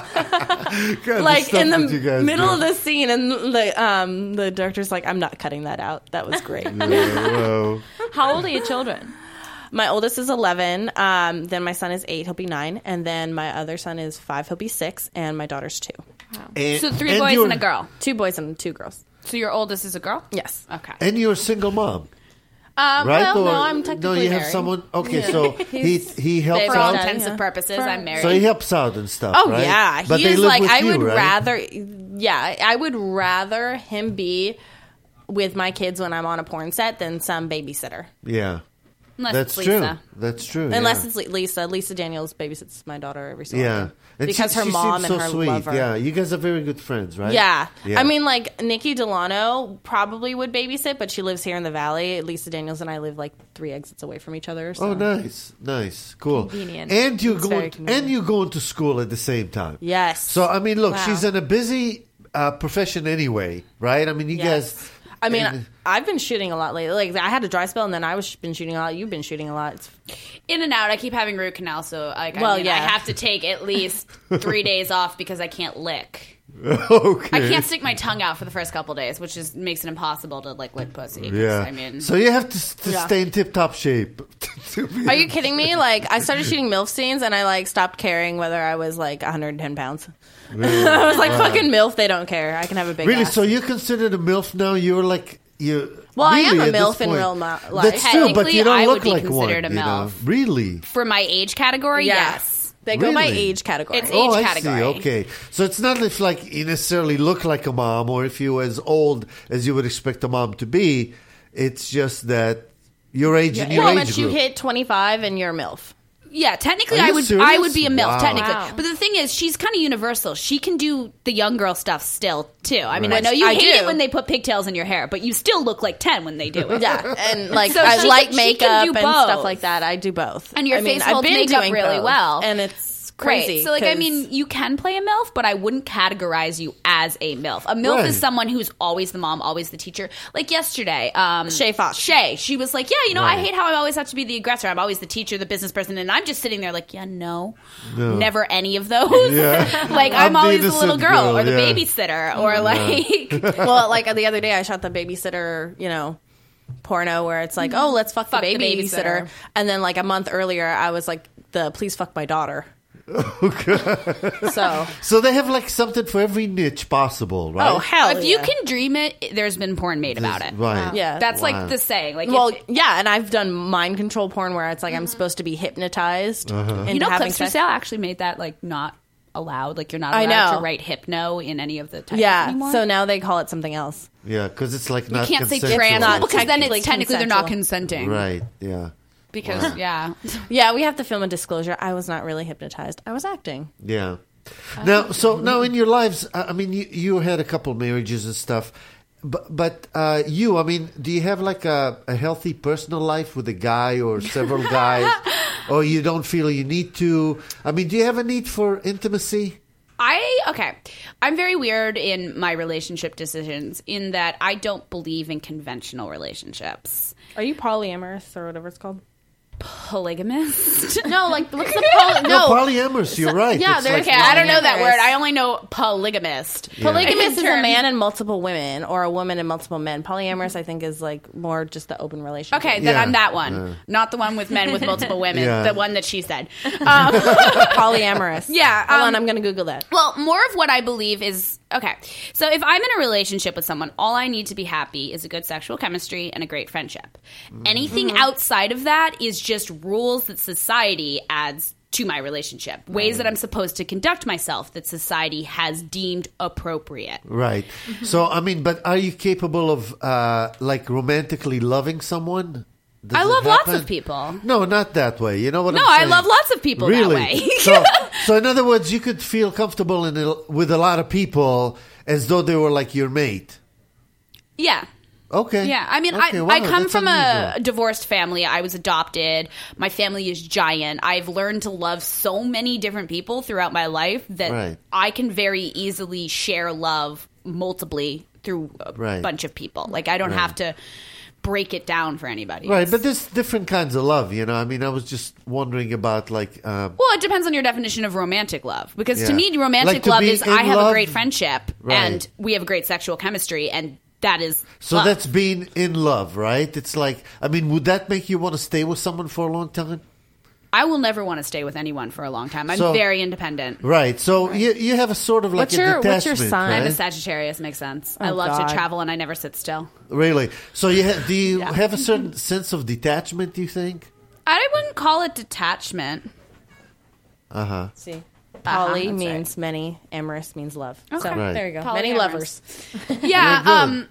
[SPEAKER 7] like in the middle of the scene, and the um the director's like, "I'm not cutting that out. That was great." <laughs>
[SPEAKER 4] the.
[SPEAKER 5] How old are your children?
[SPEAKER 7] My oldest is 11. Um, then my son is eight. He'll be nine. And then my other son is five. He'll be six. And my daughter's two.
[SPEAKER 4] and,
[SPEAKER 6] So three boys
[SPEAKER 4] you're-
[SPEAKER 6] and a girl.
[SPEAKER 7] Two boys and two girls.
[SPEAKER 6] So your oldest is a girl.
[SPEAKER 7] Yes.
[SPEAKER 6] Okay.
[SPEAKER 4] And you're a single mom,
[SPEAKER 7] Uh,
[SPEAKER 4] right?
[SPEAKER 7] Well,
[SPEAKER 4] Or-
[SPEAKER 7] no, I'm technically
[SPEAKER 4] No, you have
[SPEAKER 7] married.
[SPEAKER 4] someone. Okay,
[SPEAKER 7] <laughs>
[SPEAKER 4] so he he helps
[SPEAKER 6] For all
[SPEAKER 7] Yeah,
[SPEAKER 4] out.
[SPEAKER 6] intents
[SPEAKER 7] yeah.
[SPEAKER 6] and purposes, I'm married.
[SPEAKER 4] So he helps out and stuff.
[SPEAKER 7] Oh
[SPEAKER 4] right?
[SPEAKER 7] yeah,
[SPEAKER 4] but
[SPEAKER 7] he
[SPEAKER 4] they
[SPEAKER 7] is
[SPEAKER 4] live
[SPEAKER 7] like
[SPEAKER 4] with
[SPEAKER 7] I
[SPEAKER 4] you,
[SPEAKER 7] would
[SPEAKER 4] right?
[SPEAKER 7] rather. Yeah, I would rather him be with my kids when I'm on a porn set than some babysitter.
[SPEAKER 4] Yeah,
[SPEAKER 6] Unless
[SPEAKER 4] that's
[SPEAKER 6] it's Lisa.
[SPEAKER 4] true. That's true.
[SPEAKER 7] Unless
[SPEAKER 4] yeah.
[SPEAKER 7] it's Li- Lisa. Lisa Daniels babysits my daughter every single
[SPEAKER 4] yeah,
[SPEAKER 7] time.
[SPEAKER 4] And
[SPEAKER 7] because
[SPEAKER 4] she,
[SPEAKER 7] her
[SPEAKER 4] she
[SPEAKER 7] mom
[SPEAKER 4] seems
[SPEAKER 7] and
[SPEAKER 4] so
[SPEAKER 7] her
[SPEAKER 4] sweet.
[SPEAKER 7] lover.
[SPEAKER 4] Yeah, you guys are very good friends, right?
[SPEAKER 7] Yeah. I mean, like Nikki Delano probably would babysit, but she lives here in the valley. Lisa Daniels and I live like three exits away from each other. So.
[SPEAKER 4] Oh, nice, nice, cool.
[SPEAKER 5] Convenient.
[SPEAKER 4] And you're
[SPEAKER 7] It's very
[SPEAKER 4] going,
[SPEAKER 7] convenient.
[SPEAKER 4] and you're going to school at the same time.
[SPEAKER 7] Yes.
[SPEAKER 4] So I mean, look,
[SPEAKER 7] Wow.
[SPEAKER 4] she's in a busy uh, profession anyway, right? I mean, you guys.
[SPEAKER 7] I mean,
[SPEAKER 4] and- <laughs>
[SPEAKER 7] I've been shooting a lot lately. Like I had a dry spell, and then I was been shooting a lot. You've been shooting a lot. It's,
[SPEAKER 6] in and out. I keep having root canal, so like,
[SPEAKER 7] Well,
[SPEAKER 6] I, mean, I
[SPEAKER 7] yeah.
[SPEAKER 6] have to take at least
[SPEAKER 4] <laughs>
[SPEAKER 6] three days off because I can't lick.
[SPEAKER 4] okay.
[SPEAKER 6] I can't stick my tongue out for the first couple days, which is makes it impossible to like lick pussy. 'cause,
[SPEAKER 4] Yeah.
[SPEAKER 6] I mean,
[SPEAKER 4] so you have to, s- to
[SPEAKER 7] Yeah.
[SPEAKER 4] stay in tip-top shape. <laughs> to be-
[SPEAKER 7] are you kidding me? Like I started shooting milf scenes, and I like stopped caring whether I was like 110 pounds. <laughs> I was like fucking milf. They don't care. I can have a big
[SPEAKER 4] really?
[SPEAKER 7] ass.
[SPEAKER 4] So you're considered a milf now? You're like you.
[SPEAKER 7] Well, I am
[SPEAKER 4] really,
[SPEAKER 7] a
[SPEAKER 4] at this
[SPEAKER 7] MILF in
[SPEAKER 4] point.
[SPEAKER 7] real mo- life.
[SPEAKER 4] That's true, but
[SPEAKER 6] Technically,
[SPEAKER 4] you don't
[SPEAKER 6] I would
[SPEAKER 4] look
[SPEAKER 6] be
[SPEAKER 4] like one.
[SPEAKER 6] considered a
[SPEAKER 4] you know?
[SPEAKER 6] MILF.
[SPEAKER 4] Really?
[SPEAKER 6] for my age category,
[SPEAKER 7] Yeah.
[SPEAKER 6] yes.
[SPEAKER 7] They go by
[SPEAKER 4] Really?
[SPEAKER 7] age category.
[SPEAKER 6] It's
[SPEAKER 4] oh, I
[SPEAKER 6] age category.
[SPEAKER 4] see. Okay, so it's not if like you necessarily look like a mom, or if you're as old as you would expect a mom to be. It's just that your age and your
[SPEAKER 7] Pretty
[SPEAKER 4] age
[SPEAKER 7] much you
[SPEAKER 4] group.
[SPEAKER 7] hit 25 and you're a milf.
[SPEAKER 6] Yeah, technically,
[SPEAKER 4] Are
[SPEAKER 6] I
[SPEAKER 4] you
[SPEAKER 6] would
[SPEAKER 4] serious?
[SPEAKER 6] I would be a milf
[SPEAKER 4] Wow.
[SPEAKER 6] technically,
[SPEAKER 5] Wow.
[SPEAKER 6] but the thing is, she's kind of universal. She can do the young girl stuff still too. I mean,
[SPEAKER 4] Right.
[SPEAKER 6] I know you
[SPEAKER 7] I
[SPEAKER 6] hate
[SPEAKER 7] do.
[SPEAKER 6] it when they put pigtails in your hair, but you still look like ten when
[SPEAKER 4] <laughs>
[SPEAKER 6] they do it.
[SPEAKER 7] <laughs> Yeah, and like
[SPEAKER 6] So
[SPEAKER 7] I
[SPEAKER 6] she
[SPEAKER 7] like
[SPEAKER 6] can- she
[SPEAKER 7] makeup
[SPEAKER 6] can
[SPEAKER 7] and
[SPEAKER 6] do both.
[SPEAKER 7] stuff like that. I do both.
[SPEAKER 6] And your
[SPEAKER 7] I mean,
[SPEAKER 6] face
[SPEAKER 7] I've
[SPEAKER 6] holds
[SPEAKER 7] been
[SPEAKER 6] makeup
[SPEAKER 7] doing
[SPEAKER 6] really
[SPEAKER 7] both,
[SPEAKER 6] well.
[SPEAKER 7] and it's
[SPEAKER 6] Great.
[SPEAKER 7] crazy.
[SPEAKER 6] So, like, I
[SPEAKER 7] 'cause-
[SPEAKER 6] mean, you can play a MILF, but I wouldn't categorize you as a MILF. A MILF
[SPEAKER 4] Right.
[SPEAKER 6] is someone who's always the mom, always the teacher. Like yesterday, um,
[SPEAKER 7] Shay Fox.
[SPEAKER 6] Shay, she was like, Yeah, you know,
[SPEAKER 4] Right.
[SPEAKER 6] I hate how I always have to be the aggressor. I'm always the teacher, the business person. And I'm just sitting there like, Yeah, no, never any of those. <laughs> like,
[SPEAKER 4] I'm
[SPEAKER 6] I'm,
[SPEAKER 4] the
[SPEAKER 6] always the little
[SPEAKER 4] innocent
[SPEAKER 6] girl,
[SPEAKER 4] girl,
[SPEAKER 6] or the
[SPEAKER 4] yeah.
[SPEAKER 6] babysitter, or like,
[SPEAKER 7] well, like the other day, I shot the babysitter, you know, porno where it's like, oh, let's fuck,
[SPEAKER 6] Fuck
[SPEAKER 7] the
[SPEAKER 6] the
[SPEAKER 7] babysitter.
[SPEAKER 6] babysitter.
[SPEAKER 7] and then like a month earlier, I was like, the please fuck my daughter. <laughs> so
[SPEAKER 4] So they have like something for every niche possible, right?
[SPEAKER 7] <laughs> oh hell,
[SPEAKER 6] if you
[SPEAKER 7] yeah.
[SPEAKER 6] can dream it, there's been porn made about it.
[SPEAKER 4] Right.
[SPEAKER 7] Yeah.
[SPEAKER 6] That's
[SPEAKER 4] Wow.
[SPEAKER 6] like the saying. Like,
[SPEAKER 7] Well,
[SPEAKER 6] if-
[SPEAKER 7] yeah, and I've done mind control porn where it's like I'm supposed to be hypnotized. into
[SPEAKER 6] you know,
[SPEAKER 7] having
[SPEAKER 6] Clips for
[SPEAKER 7] sex.
[SPEAKER 6] Sale actually made that like not allowed. Like, you're not
[SPEAKER 7] I
[SPEAKER 6] allowed
[SPEAKER 7] know.
[SPEAKER 6] to write hypno in any of the titles
[SPEAKER 7] Yeah,
[SPEAKER 6] anymore.
[SPEAKER 7] so now they call it something else.
[SPEAKER 4] Yeah, because it's like
[SPEAKER 6] You
[SPEAKER 4] not
[SPEAKER 6] can't say
[SPEAKER 4] consensual.
[SPEAKER 6] trans
[SPEAKER 7] Not
[SPEAKER 6] because then
[SPEAKER 7] technically
[SPEAKER 6] it's technically they're not
[SPEAKER 7] consensual.
[SPEAKER 6] consenting.
[SPEAKER 4] Right. Yeah.
[SPEAKER 6] Because yeah,
[SPEAKER 7] Yeah, we have to film a disclosure. I was not really hypnotized. I was acting.
[SPEAKER 4] Yeah. Now, so now in your lives, I I mean, you, you had a couple marriages and stuff. But, but uh, you, I mean, do you have like a, a healthy personal life with a guy or
[SPEAKER 6] <laughs>
[SPEAKER 4] several guys, or you don't feel you need to? I mean, do you have a need for intimacy?
[SPEAKER 6] I okay. I'm very weird in my relationship decisions in that I don't believe in conventional relationships.
[SPEAKER 7] Are you polyamorous or whatever it's called?
[SPEAKER 6] Polygamist? <laughs> no, like what's the poly? No,
[SPEAKER 4] polyamorous. You're right.
[SPEAKER 6] yeah,
[SPEAKER 4] It's
[SPEAKER 6] there's
[SPEAKER 4] like-
[SPEAKER 6] okay. I don't know that
[SPEAKER 7] polyamorous.
[SPEAKER 6] word. I only know polygamist.
[SPEAKER 7] Polygamous is a
[SPEAKER 6] Term.
[SPEAKER 7] man and multiple women, or a woman and multiple men. Polyamorous, I think, is like more just the open relationship.
[SPEAKER 6] Okay, <laughs> then
[SPEAKER 4] Yeah.
[SPEAKER 6] I'm that one, not the one with men with multiple women.
[SPEAKER 4] <laughs> Yeah.
[SPEAKER 6] The one that she said. Um,
[SPEAKER 7] polyamorous.
[SPEAKER 6] Yeah,
[SPEAKER 7] Hold
[SPEAKER 6] um,
[SPEAKER 7] on, I'm gonna Google that.
[SPEAKER 6] Well, more of what I believe is okay. So if I'm in a relationship with someone, all I need to be happy is a good sexual chemistry and a great friendship. Anything outside of that is just rules that society adds to my relationship, ways that I'm supposed to conduct myself that society has deemed appropriate.
[SPEAKER 4] Right. So, I mean, but are you capable of uh, like romantically loving someone? Does
[SPEAKER 6] I
[SPEAKER 4] it
[SPEAKER 6] love lots of
[SPEAKER 4] happen?
[SPEAKER 6] people.
[SPEAKER 4] No, not that way. You know what
[SPEAKER 6] No,
[SPEAKER 4] I'm
[SPEAKER 6] I
[SPEAKER 4] saying?
[SPEAKER 6] love lots of people that
[SPEAKER 4] really?
[SPEAKER 6] way. <laughs>
[SPEAKER 4] so, so, in other words, you could feel comfortable in a, with a lot of people as though they were like your mate.
[SPEAKER 6] Yeah.
[SPEAKER 4] Okay.
[SPEAKER 6] Yeah, I mean,
[SPEAKER 4] Okay,
[SPEAKER 6] I,
[SPEAKER 4] wow,
[SPEAKER 6] I come
[SPEAKER 4] that's
[SPEAKER 6] from a
[SPEAKER 4] unusual.
[SPEAKER 6] divorced family. I was adopted. My family is giant. I've learned to love so many different people throughout my life that
[SPEAKER 4] Right.
[SPEAKER 6] I can very easily share love multiply through a
[SPEAKER 4] Right.
[SPEAKER 6] bunch of people. Like I don't have to break it down for anybody.
[SPEAKER 4] Right, but there's different kinds of love, you know. I mean, I was just wondering about like uh,
[SPEAKER 6] Well, it depends on your definition of romantic love. Because to
[SPEAKER 4] Yeah.
[SPEAKER 6] me, romantic
[SPEAKER 4] Like, to
[SPEAKER 6] love
[SPEAKER 4] be
[SPEAKER 6] is
[SPEAKER 4] in
[SPEAKER 6] I have
[SPEAKER 4] love-
[SPEAKER 6] a great friendship
[SPEAKER 4] Right.
[SPEAKER 6] and we have great sexual chemistry, and that is
[SPEAKER 4] so
[SPEAKER 6] love.
[SPEAKER 4] that's being in love, right? It's like I mean, would that make you want to stay with someone for a long time?
[SPEAKER 6] I will never want to stay with anyone for a long time. I'm
[SPEAKER 4] So-
[SPEAKER 6] very independent.
[SPEAKER 4] Right. So you you have a sort of like
[SPEAKER 7] What's
[SPEAKER 4] a
[SPEAKER 7] your- what's your
[SPEAKER 4] detachment.
[SPEAKER 7] sign?
[SPEAKER 4] right?
[SPEAKER 6] I'm a Sagittarius. Makes sense. I
[SPEAKER 7] Oh,
[SPEAKER 6] love
[SPEAKER 7] God.
[SPEAKER 6] to travel and I never sit still.
[SPEAKER 4] Really? So you ha- do you
[SPEAKER 6] Yeah.
[SPEAKER 4] have a
[SPEAKER 6] <laughs>
[SPEAKER 4] certain sense of detachment? Do you think?
[SPEAKER 6] I wouldn't call it detachment.
[SPEAKER 7] see.
[SPEAKER 6] Uh-huh,
[SPEAKER 7] Poly
[SPEAKER 6] that's
[SPEAKER 7] means many, amorous means love. So
[SPEAKER 4] Right.
[SPEAKER 7] there you go.
[SPEAKER 6] Polyamorous.
[SPEAKER 7] Many lovers.
[SPEAKER 6] <laughs> Yeah.
[SPEAKER 4] good.
[SPEAKER 6] Um.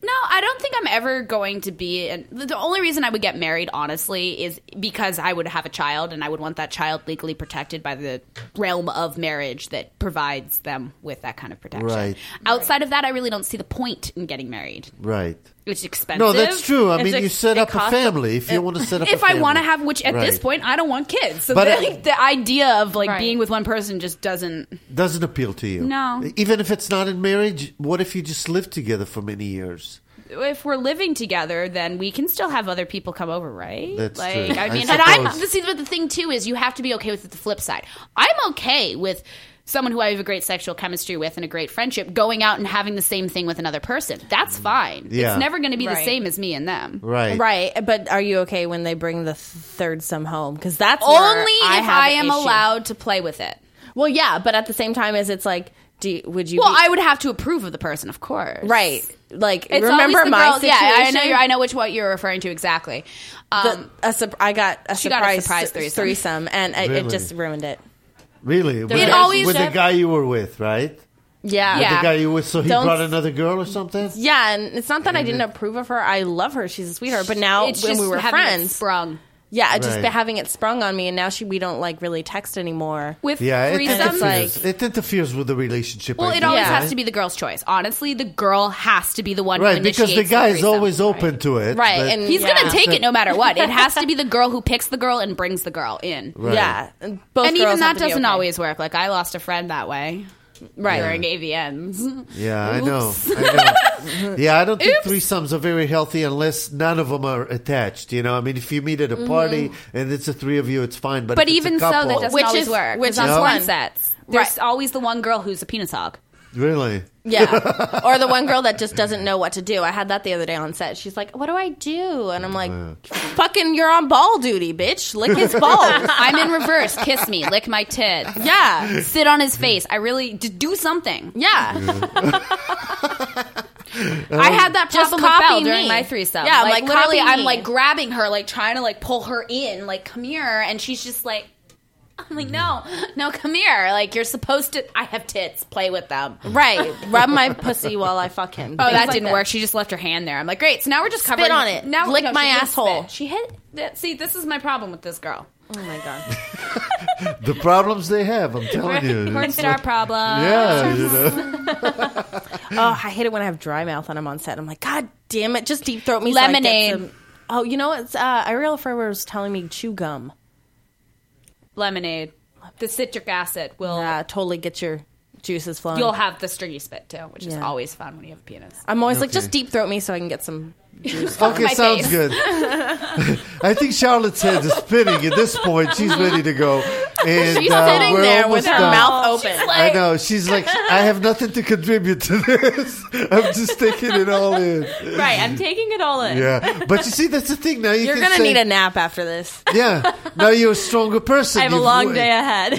[SPEAKER 6] No, I don't think I'm ever going to be. An, the only reason I would get married, honestly, is because I would have a child and I would want that child legally protected by the realm of marriage that provides them with that kind of protection.
[SPEAKER 4] Right.
[SPEAKER 6] Outside of that, I really don't see the point in getting married.
[SPEAKER 4] Right.
[SPEAKER 6] It's expensive.
[SPEAKER 4] No, that's true. I
[SPEAKER 7] It's
[SPEAKER 4] mean,
[SPEAKER 7] ex-
[SPEAKER 4] you set
[SPEAKER 7] it
[SPEAKER 4] up a
[SPEAKER 7] costs a-
[SPEAKER 4] family if you want to set up.
[SPEAKER 6] <laughs> if
[SPEAKER 4] I
[SPEAKER 6] I want to have, which at this
[SPEAKER 4] Right.
[SPEAKER 6] point I don't want kids, so
[SPEAKER 4] But
[SPEAKER 6] the,
[SPEAKER 4] it-
[SPEAKER 6] <laughs> the idea of like
[SPEAKER 7] Right.
[SPEAKER 6] being with one person just doesn't.
[SPEAKER 4] doesn't appeal to you.
[SPEAKER 6] No.
[SPEAKER 4] Even if it's not in marriage, what if you just live together for many years?
[SPEAKER 6] If we're living together, then we can still have other people come over, right?
[SPEAKER 4] That's
[SPEAKER 6] like
[SPEAKER 4] true.
[SPEAKER 6] I
[SPEAKER 4] I
[SPEAKER 6] mean, and I'm
[SPEAKER 4] suppose.
[SPEAKER 6] the, see, but the thing too is you have to be okay with the flip side. I'm okay with someone who I have a great sexual chemistry with and a great friendship going out and having the same thing with another person. That's fine.
[SPEAKER 4] Mm. Yeah.
[SPEAKER 6] It's never going to be the
[SPEAKER 7] Right.
[SPEAKER 6] same as me and them.
[SPEAKER 4] Right.
[SPEAKER 7] Right, but are you okay when they bring the th- third some home? Because that's where
[SPEAKER 6] Only if
[SPEAKER 7] have
[SPEAKER 6] I
[SPEAKER 7] an
[SPEAKER 6] am
[SPEAKER 7] issue.
[SPEAKER 6] allowed to play with it.
[SPEAKER 7] Well, yeah, but at the same time, is it's like, do you- would you?
[SPEAKER 6] Well,
[SPEAKER 7] be-
[SPEAKER 6] I would have to approve of the person, of course.
[SPEAKER 7] right, like
[SPEAKER 6] It's
[SPEAKER 7] remember
[SPEAKER 6] always the
[SPEAKER 7] my
[SPEAKER 6] girl-
[SPEAKER 7] situation.
[SPEAKER 6] Yeah, I know. You're, I know which what you're referring to exactly.
[SPEAKER 7] The-
[SPEAKER 6] Um,
[SPEAKER 7] a sup- I got a
[SPEAKER 6] She got a
[SPEAKER 7] surprise,
[SPEAKER 6] surprise
[SPEAKER 7] th-
[SPEAKER 6] threesome.
[SPEAKER 7] and it, it
[SPEAKER 4] Really?
[SPEAKER 7] just ruined it.
[SPEAKER 4] Really? With,
[SPEAKER 6] It
[SPEAKER 4] the,
[SPEAKER 6] always-
[SPEAKER 4] with the guy you were with, right?
[SPEAKER 7] Yeah,
[SPEAKER 6] Yeah.
[SPEAKER 4] The guy you were with, so he
[SPEAKER 7] Don't-
[SPEAKER 4] brought another girl or something?
[SPEAKER 7] yeah, and it's not that I didn't approve of her. I love her. She's a sweetheart. But now
[SPEAKER 6] Mm-hmm. it's
[SPEAKER 7] when
[SPEAKER 6] just
[SPEAKER 7] we were
[SPEAKER 6] having it
[SPEAKER 7] friends,
[SPEAKER 6] sprung.
[SPEAKER 7] yeah, it just
[SPEAKER 4] Right.
[SPEAKER 7] having it sprung on me, and now she we don't like really text anymore.
[SPEAKER 6] with
[SPEAKER 4] Yeah, it
[SPEAKER 6] threesomes.
[SPEAKER 4] interferes.
[SPEAKER 7] like-
[SPEAKER 4] it interferes with the relationship.
[SPEAKER 6] well,
[SPEAKER 4] I
[SPEAKER 6] it
[SPEAKER 4] think,
[SPEAKER 6] always
[SPEAKER 4] right?
[SPEAKER 6] has to be the girl's choice. Honestly, the girl has to be the one
[SPEAKER 4] Right,
[SPEAKER 6] who
[SPEAKER 4] because the
[SPEAKER 6] initiates
[SPEAKER 4] guy is
[SPEAKER 6] threesome.
[SPEAKER 4] always open to it.
[SPEAKER 7] Right,
[SPEAKER 4] but-
[SPEAKER 7] and
[SPEAKER 6] He's
[SPEAKER 7] Yeah.
[SPEAKER 6] gonna take it no matter what. It has to be
[SPEAKER 7] <laughs>
[SPEAKER 6] the girl who picks the girl and brings the girl in.
[SPEAKER 4] Right.
[SPEAKER 7] Yeah, and both
[SPEAKER 6] and
[SPEAKER 7] girls
[SPEAKER 6] even
[SPEAKER 7] have
[SPEAKER 6] that
[SPEAKER 7] to be
[SPEAKER 6] doesn't
[SPEAKER 7] okay.
[SPEAKER 6] always work. Like I lost a friend that way.
[SPEAKER 7] right.
[SPEAKER 6] During AVNs.
[SPEAKER 4] Yeah, I know. I know. <laughs> yeah, I don't think threesomes are very healthy unless none of them are attached. You know, I mean, if you meet at a party
[SPEAKER 7] Mm-hmm.
[SPEAKER 4] and it's the three of you, it's fine. But,
[SPEAKER 6] But
[SPEAKER 4] if it's
[SPEAKER 6] even
[SPEAKER 4] a
[SPEAKER 6] so, that
[SPEAKER 4] couple-
[SPEAKER 6] doesn't
[SPEAKER 7] Which
[SPEAKER 6] always
[SPEAKER 7] is-
[SPEAKER 6] work.
[SPEAKER 7] which
[SPEAKER 6] Which
[SPEAKER 7] is
[SPEAKER 6] on
[SPEAKER 7] one.
[SPEAKER 6] porn sets, there's always the one girl who's a penis hog.
[SPEAKER 4] really,
[SPEAKER 6] <laughs>
[SPEAKER 7] Yeah. or the one girl that just doesn't know what to do. I had that the other day on set. She's like, "What do I do?" And I'm like, "Fucking, you're on ball duty, bitch. Lick
[SPEAKER 6] <laughs>
[SPEAKER 7] his balls."
[SPEAKER 6] I'm in reverse. Kiss me. Lick my tits.
[SPEAKER 7] <laughs> yeah.
[SPEAKER 6] <laughs> Sit on his face. I really d- do something. <laughs>
[SPEAKER 7] Yeah.
[SPEAKER 6] I had that
[SPEAKER 7] Just
[SPEAKER 6] problem with
[SPEAKER 7] copy
[SPEAKER 6] Belle during
[SPEAKER 7] me.
[SPEAKER 6] my threesome.
[SPEAKER 7] Yeah, I'm
[SPEAKER 6] like,
[SPEAKER 7] like,
[SPEAKER 6] literally,
[SPEAKER 7] copy
[SPEAKER 6] I'm
[SPEAKER 7] me.
[SPEAKER 6] like grabbing her, like trying to like pull her in, like come here, and she's just like, <laughs> I'm like, no, no, come here. Like you're supposed to. I have tits. Play with them.
[SPEAKER 7] Right. Rub my pussy while I fuck him.
[SPEAKER 6] Oh, that didn't work. She just left her hand there. I'm like, great. So now we're just
[SPEAKER 7] Spit
[SPEAKER 6] covering
[SPEAKER 7] on it.
[SPEAKER 6] Now
[SPEAKER 7] Lick
[SPEAKER 6] no,
[SPEAKER 7] my
[SPEAKER 6] she didn't
[SPEAKER 7] asshole.
[SPEAKER 6] spit. She hit. That, see, this is my problem with this girl.
[SPEAKER 7] Oh my god.
[SPEAKER 4] the problems they have. I'm telling
[SPEAKER 6] <laughs>
[SPEAKER 7] <laughs>
[SPEAKER 4] you.
[SPEAKER 5] We're
[SPEAKER 4] It's
[SPEAKER 5] in our
[SPEAKER 4] like-
[SPEAKER 5] problem.
[SPEAKER 4] yeah, you know.
[SPEAKER 7] Oh, I hate it when I have dry mouth and I'm on set. I'm like, God damn it, just deep throat me. so I get
[SPEAKER 5] Lemonade.
[SPEAKER 7] some- oh, you know what's Uh, Ariel Ferber was telling me chew gum.
[SPEAKER 6] Lemonade. The citric acid will.
[SPEAKER 7] Uh, totally get your juices flowing.
[SPEAKER 6] You'll have the stringy spit too, which is
[SPEAKER 7] Yeah.
[SPEAKER 6] always fun when you have a penis.
[SPEAKER 7] I'm always like,
[SPEAKER 4] Okay.
[SPEAKER 7] just deep throat me so I can get some.
[SPEAKER 4] Okay,
[SPEAKER 6] my
[SPEAKER 4] sounds
[SPEAKER 6] face.
[SPEAKER 7] <laughs>
[SPEAKER 4] good. I think Charlotte's head is spinning at this point. She's ready to go. And,
[SPEAKER 7] <laughs> She's
[SPEAKER 4] uh,
[SPEAKER 7] sitting
[SPEAKER 4] we're
[SPEAKER 7] there
[SPEAKER 4] almost
[SPEAKER 7] with her
[SPEAKER 4] done.
[SPEAKER 7] mouth open.
[SPEAKER 4] I know. She's like, I have nothing to contribute to this. I'm just taking it all in.
[SPEAKER 5] Right, I'm taking it all in.
[SPEAKER 4] Yeah. But you see, that's the thing. Now you
[SPEAKER 7] You're
[SPEAKER 4] can
[SPEAKER 7] gonna
[SPEAKER 4] say,
[SPEAKER 7] need a nap after this.
[SPEAKER 4] Yeah. Now you're a stronger person.
[SPEAKER 5] I have a
[SPEAKER 4] You've
[SPEAKER 5] long
[SPEAKER 4] wa-
[SPEAKER 5] day ahead. <laughs>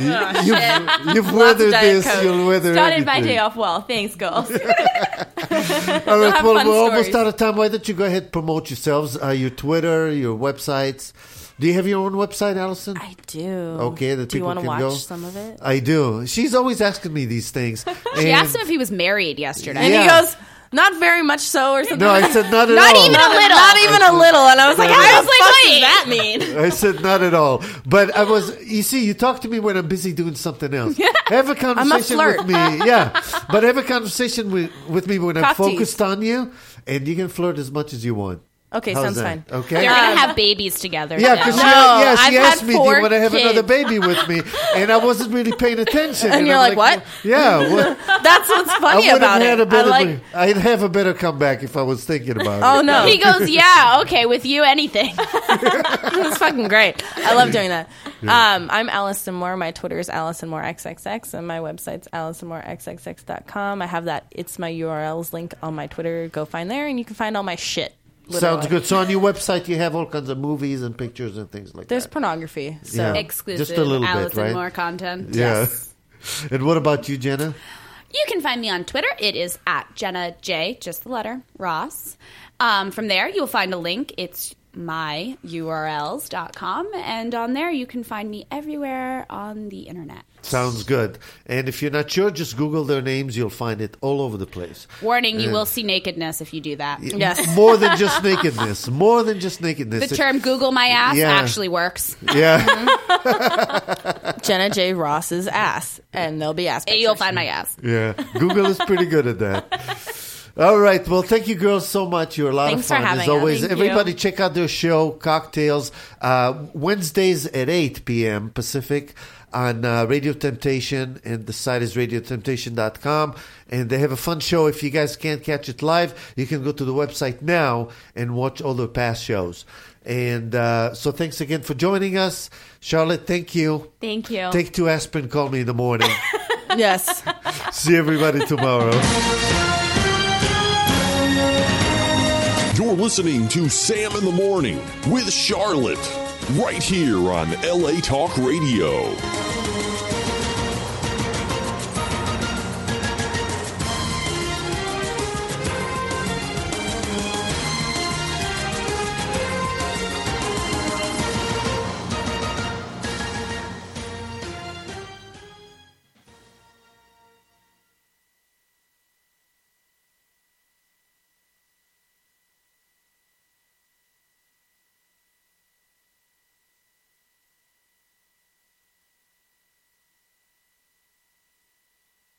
[SPEAKER 4] You've, you've weathered
[SPEAKER 5] Diet
[SPEAKER 4] this.
[SPEAKER 5] Coke.
[SPEAKER 4] You'll weather
[SPEAKER 5] Started my
[SPEAKER 4] anything.
[SPEAKER 5] day off well.
[SPEAKER 4] <laughs>
[SPEAKER 5] Thanks, girls.
[SPEAKER 4] All right,
[SPEAKER 5] have
[SPEAKER 4] well,
[SPEAKER 5] fun
[SPEAKER 4] we're almost
[SPEAKER 5] stories.
[SPEAKER 4] out of time. Why don't you go ahead and promote yourselves, uh, your Twitter, your websites. Do you have your own website, Allison?
[SPEAKER 7] <laughs> I do.
[SPEAKER 4] Okay, the
[SPEAKER 7] do you
[SPEAKER 4] people
[SPEAKER 7] wanna
[SPEAKER 4] can
[SPEAKER 7] watch
[SPEAKER 4] go.
[SPEAKER 7] some of it?
[SPEAKER 4] I do. She's always asking me these things.
[SPEAKER 6] She
[SPEAKER 4] And-
[SPEAKER 6] asked him if he was married yesterday.
[SPEAKER 7] And
[SPEAKER 4] Yeah.
[SPEAKER 7] he goes, not very much so, or something.
[SPEAKER 4] No, I said not at
[SPEAKER 7] not
[SPEAKER 4] all.
[SPEAKER 7] even a little. Not even a little. And I was like, I was like, what does that mean?
[SPEAKER 4] I said not at all. But I was. You see, you talk to me when I'm busy doing something
[SPEAKER 7] <laughs>
[SPEAKER 4] else. Have a conversation
[SPEAKER 7] flirt.
[SPEAKER 4] with me.
[SPEAKER 7] <laughs>
[SPEAKER 4] Yeah, but have a conversation with, with me when I'm
[SPEAKER 7] Cock tease.
[SPEAKER 4] focused on you, and you can flirt as much as you want.
[SPEAKER 7] Okay,
[SPEAKER 4] How's
[SPEAKER 7] sounds
[SPEAKER 4] that?
[SPEAKER 7] fine.
[SPEAKER 4] Okay.
[SPEAKER 6] They're gonna <laughs> have babies together.
[SPEAKER 4] Yeah,
[SPEAKER 6] now.
[SPEAKER 4] because she,
[SPEAKER 7] No,
[SPEAKER 4] yeah, she
[SPEAKER 7] I've
[SPEAKER 4] asked
[SPEAKER 7] had
[SPEAKER 4] me, "Do you
[SPEAKER 7] four
[SPEAKER 4] want to have another
[SPEAKER 7] kids."
[SPEAKER 4] baby with
[SPEAKER 7] <laughs>
[SPEAKER 4] me?" And I wasn't really paying attention.
[SPEAKER 7] And you're
[SPEAKER 4] I'm
[SPEAKER 7] like, "What?"
[SPEAKER 4] Yeah,
[SPEAKER 7] <laughs>
[SPEAKER 4] what?
[SPEAKER 7] That's what's
[SPEAKER 4] I
[SPEAKER 7] funny
[SPEAKER 4] would have
[SPEAKER 7] about
[SPEAKER 4] had
[SPEAKER 7] it.
[SPEAKER 4] a better.
[SPEAKER 7] I like.
[SPEAKER 4] I'd have a better comeback if I was thinking about
[SPEAKER 7] <laughs> Oh
[SPEAKER 4] it.
[SPEAKER 7] no,
[SPEAKER 6] He goes, yeah, okay, with you, anything.
[SPEAKER 7] It's fucking great. I love doing that. Um, I'm Allison Moore. My Twitter is Allison Moore XXX, and my website's AllisonMooreXXX.com. I have that It's My URLs link on my Twitter. Go find there, and you can find all my shit.
[SPEAKER 4] Sounds
[SPEAKER 7] literally.
[SPEAKER 4] good. So on your website, you have all kinds of movies and pictures and things like
[SPEAKER 7] There's
[SPEAKER 4] that.
[SPEAKER 7] pornography. So
[SPEAKER 4] Yeah.
[SPEAKER 6] uh, Exclusive
[SPEAKER 4] Just a little bit,
[SPEAKER 6] Allison
[SPEAKER 4] right?
[SPEAKER 6] Moore content.
[SPEAKER 4] Yeah.
[SPEAKER 6] Yes.
[SPEAKER 4] <laughs> And what about you, Jenna?
[SPEAKER 6] You can find me on Twitter. It is at Jenna J, just the letter Ross. Um, from there, you'll find a link. It's myurls.com. And on there, you can find me everywhere on the internet.
[SPEAKER 4] Sounds good. And if you're not sure, just Google their names. You'll find it all over the place.
[SPEAKER 6] Warning, you will see nakedness if you do that.
[SPEAKER 7] yes.
[SPEAKER 4] More than just nakedness. More than just nakedness.
[SPEAKER 6] The term Google my ass
[SPEAKER 4] Yeah.
[SPEAKER 6] actually works. <laughs>
[SPEAKER 4] Yeah.
[SPEAKER 7] Jenna J. Ross's ass, and there'll be ass. Pictures.
[SPEAKER 6] You'll find my ass.
[SPEAKER 4] Yeah. Google is pretty good at that. All right. Well, thank you, girls, so much. You're a lot
[SPEAKER 7] Thanks
[SPEAKER 4] of
[SPEAKER 7] for
[SPEAKER 4] fun
[SPEAKER 7] having
[SPEAKER 4] as
[SPEAKER 7] us.
[SPEAKER 4] always.
[SPEAKER 7] Thank
[SPEAKER 4] Everybody, check out their show, Cocktails, uh, Wednesdays at 8 p.m. Pacific on uh, Radio Temptation, and the site is radiotemptation.com. And they have a fun show. If you guys can't catch it live, you can go to the website now and watch all their past shows. And uh, so, thanks again for joining us, Charlotte. Thank you.
[SPEAKER 5] Thank
[SPEAKER 7] Oh.
[SPEAKER 5] you.
[SPEAKER 4] Take two aspirin. Call me in the morning. <laughs>
[SPEAKER 7] Yes.
[SPEAKER 4] See everybody tomorrow.
[SPEAKER 3] You're listening to Sam in the Morning with Charlotte right here on LA Talk Radio.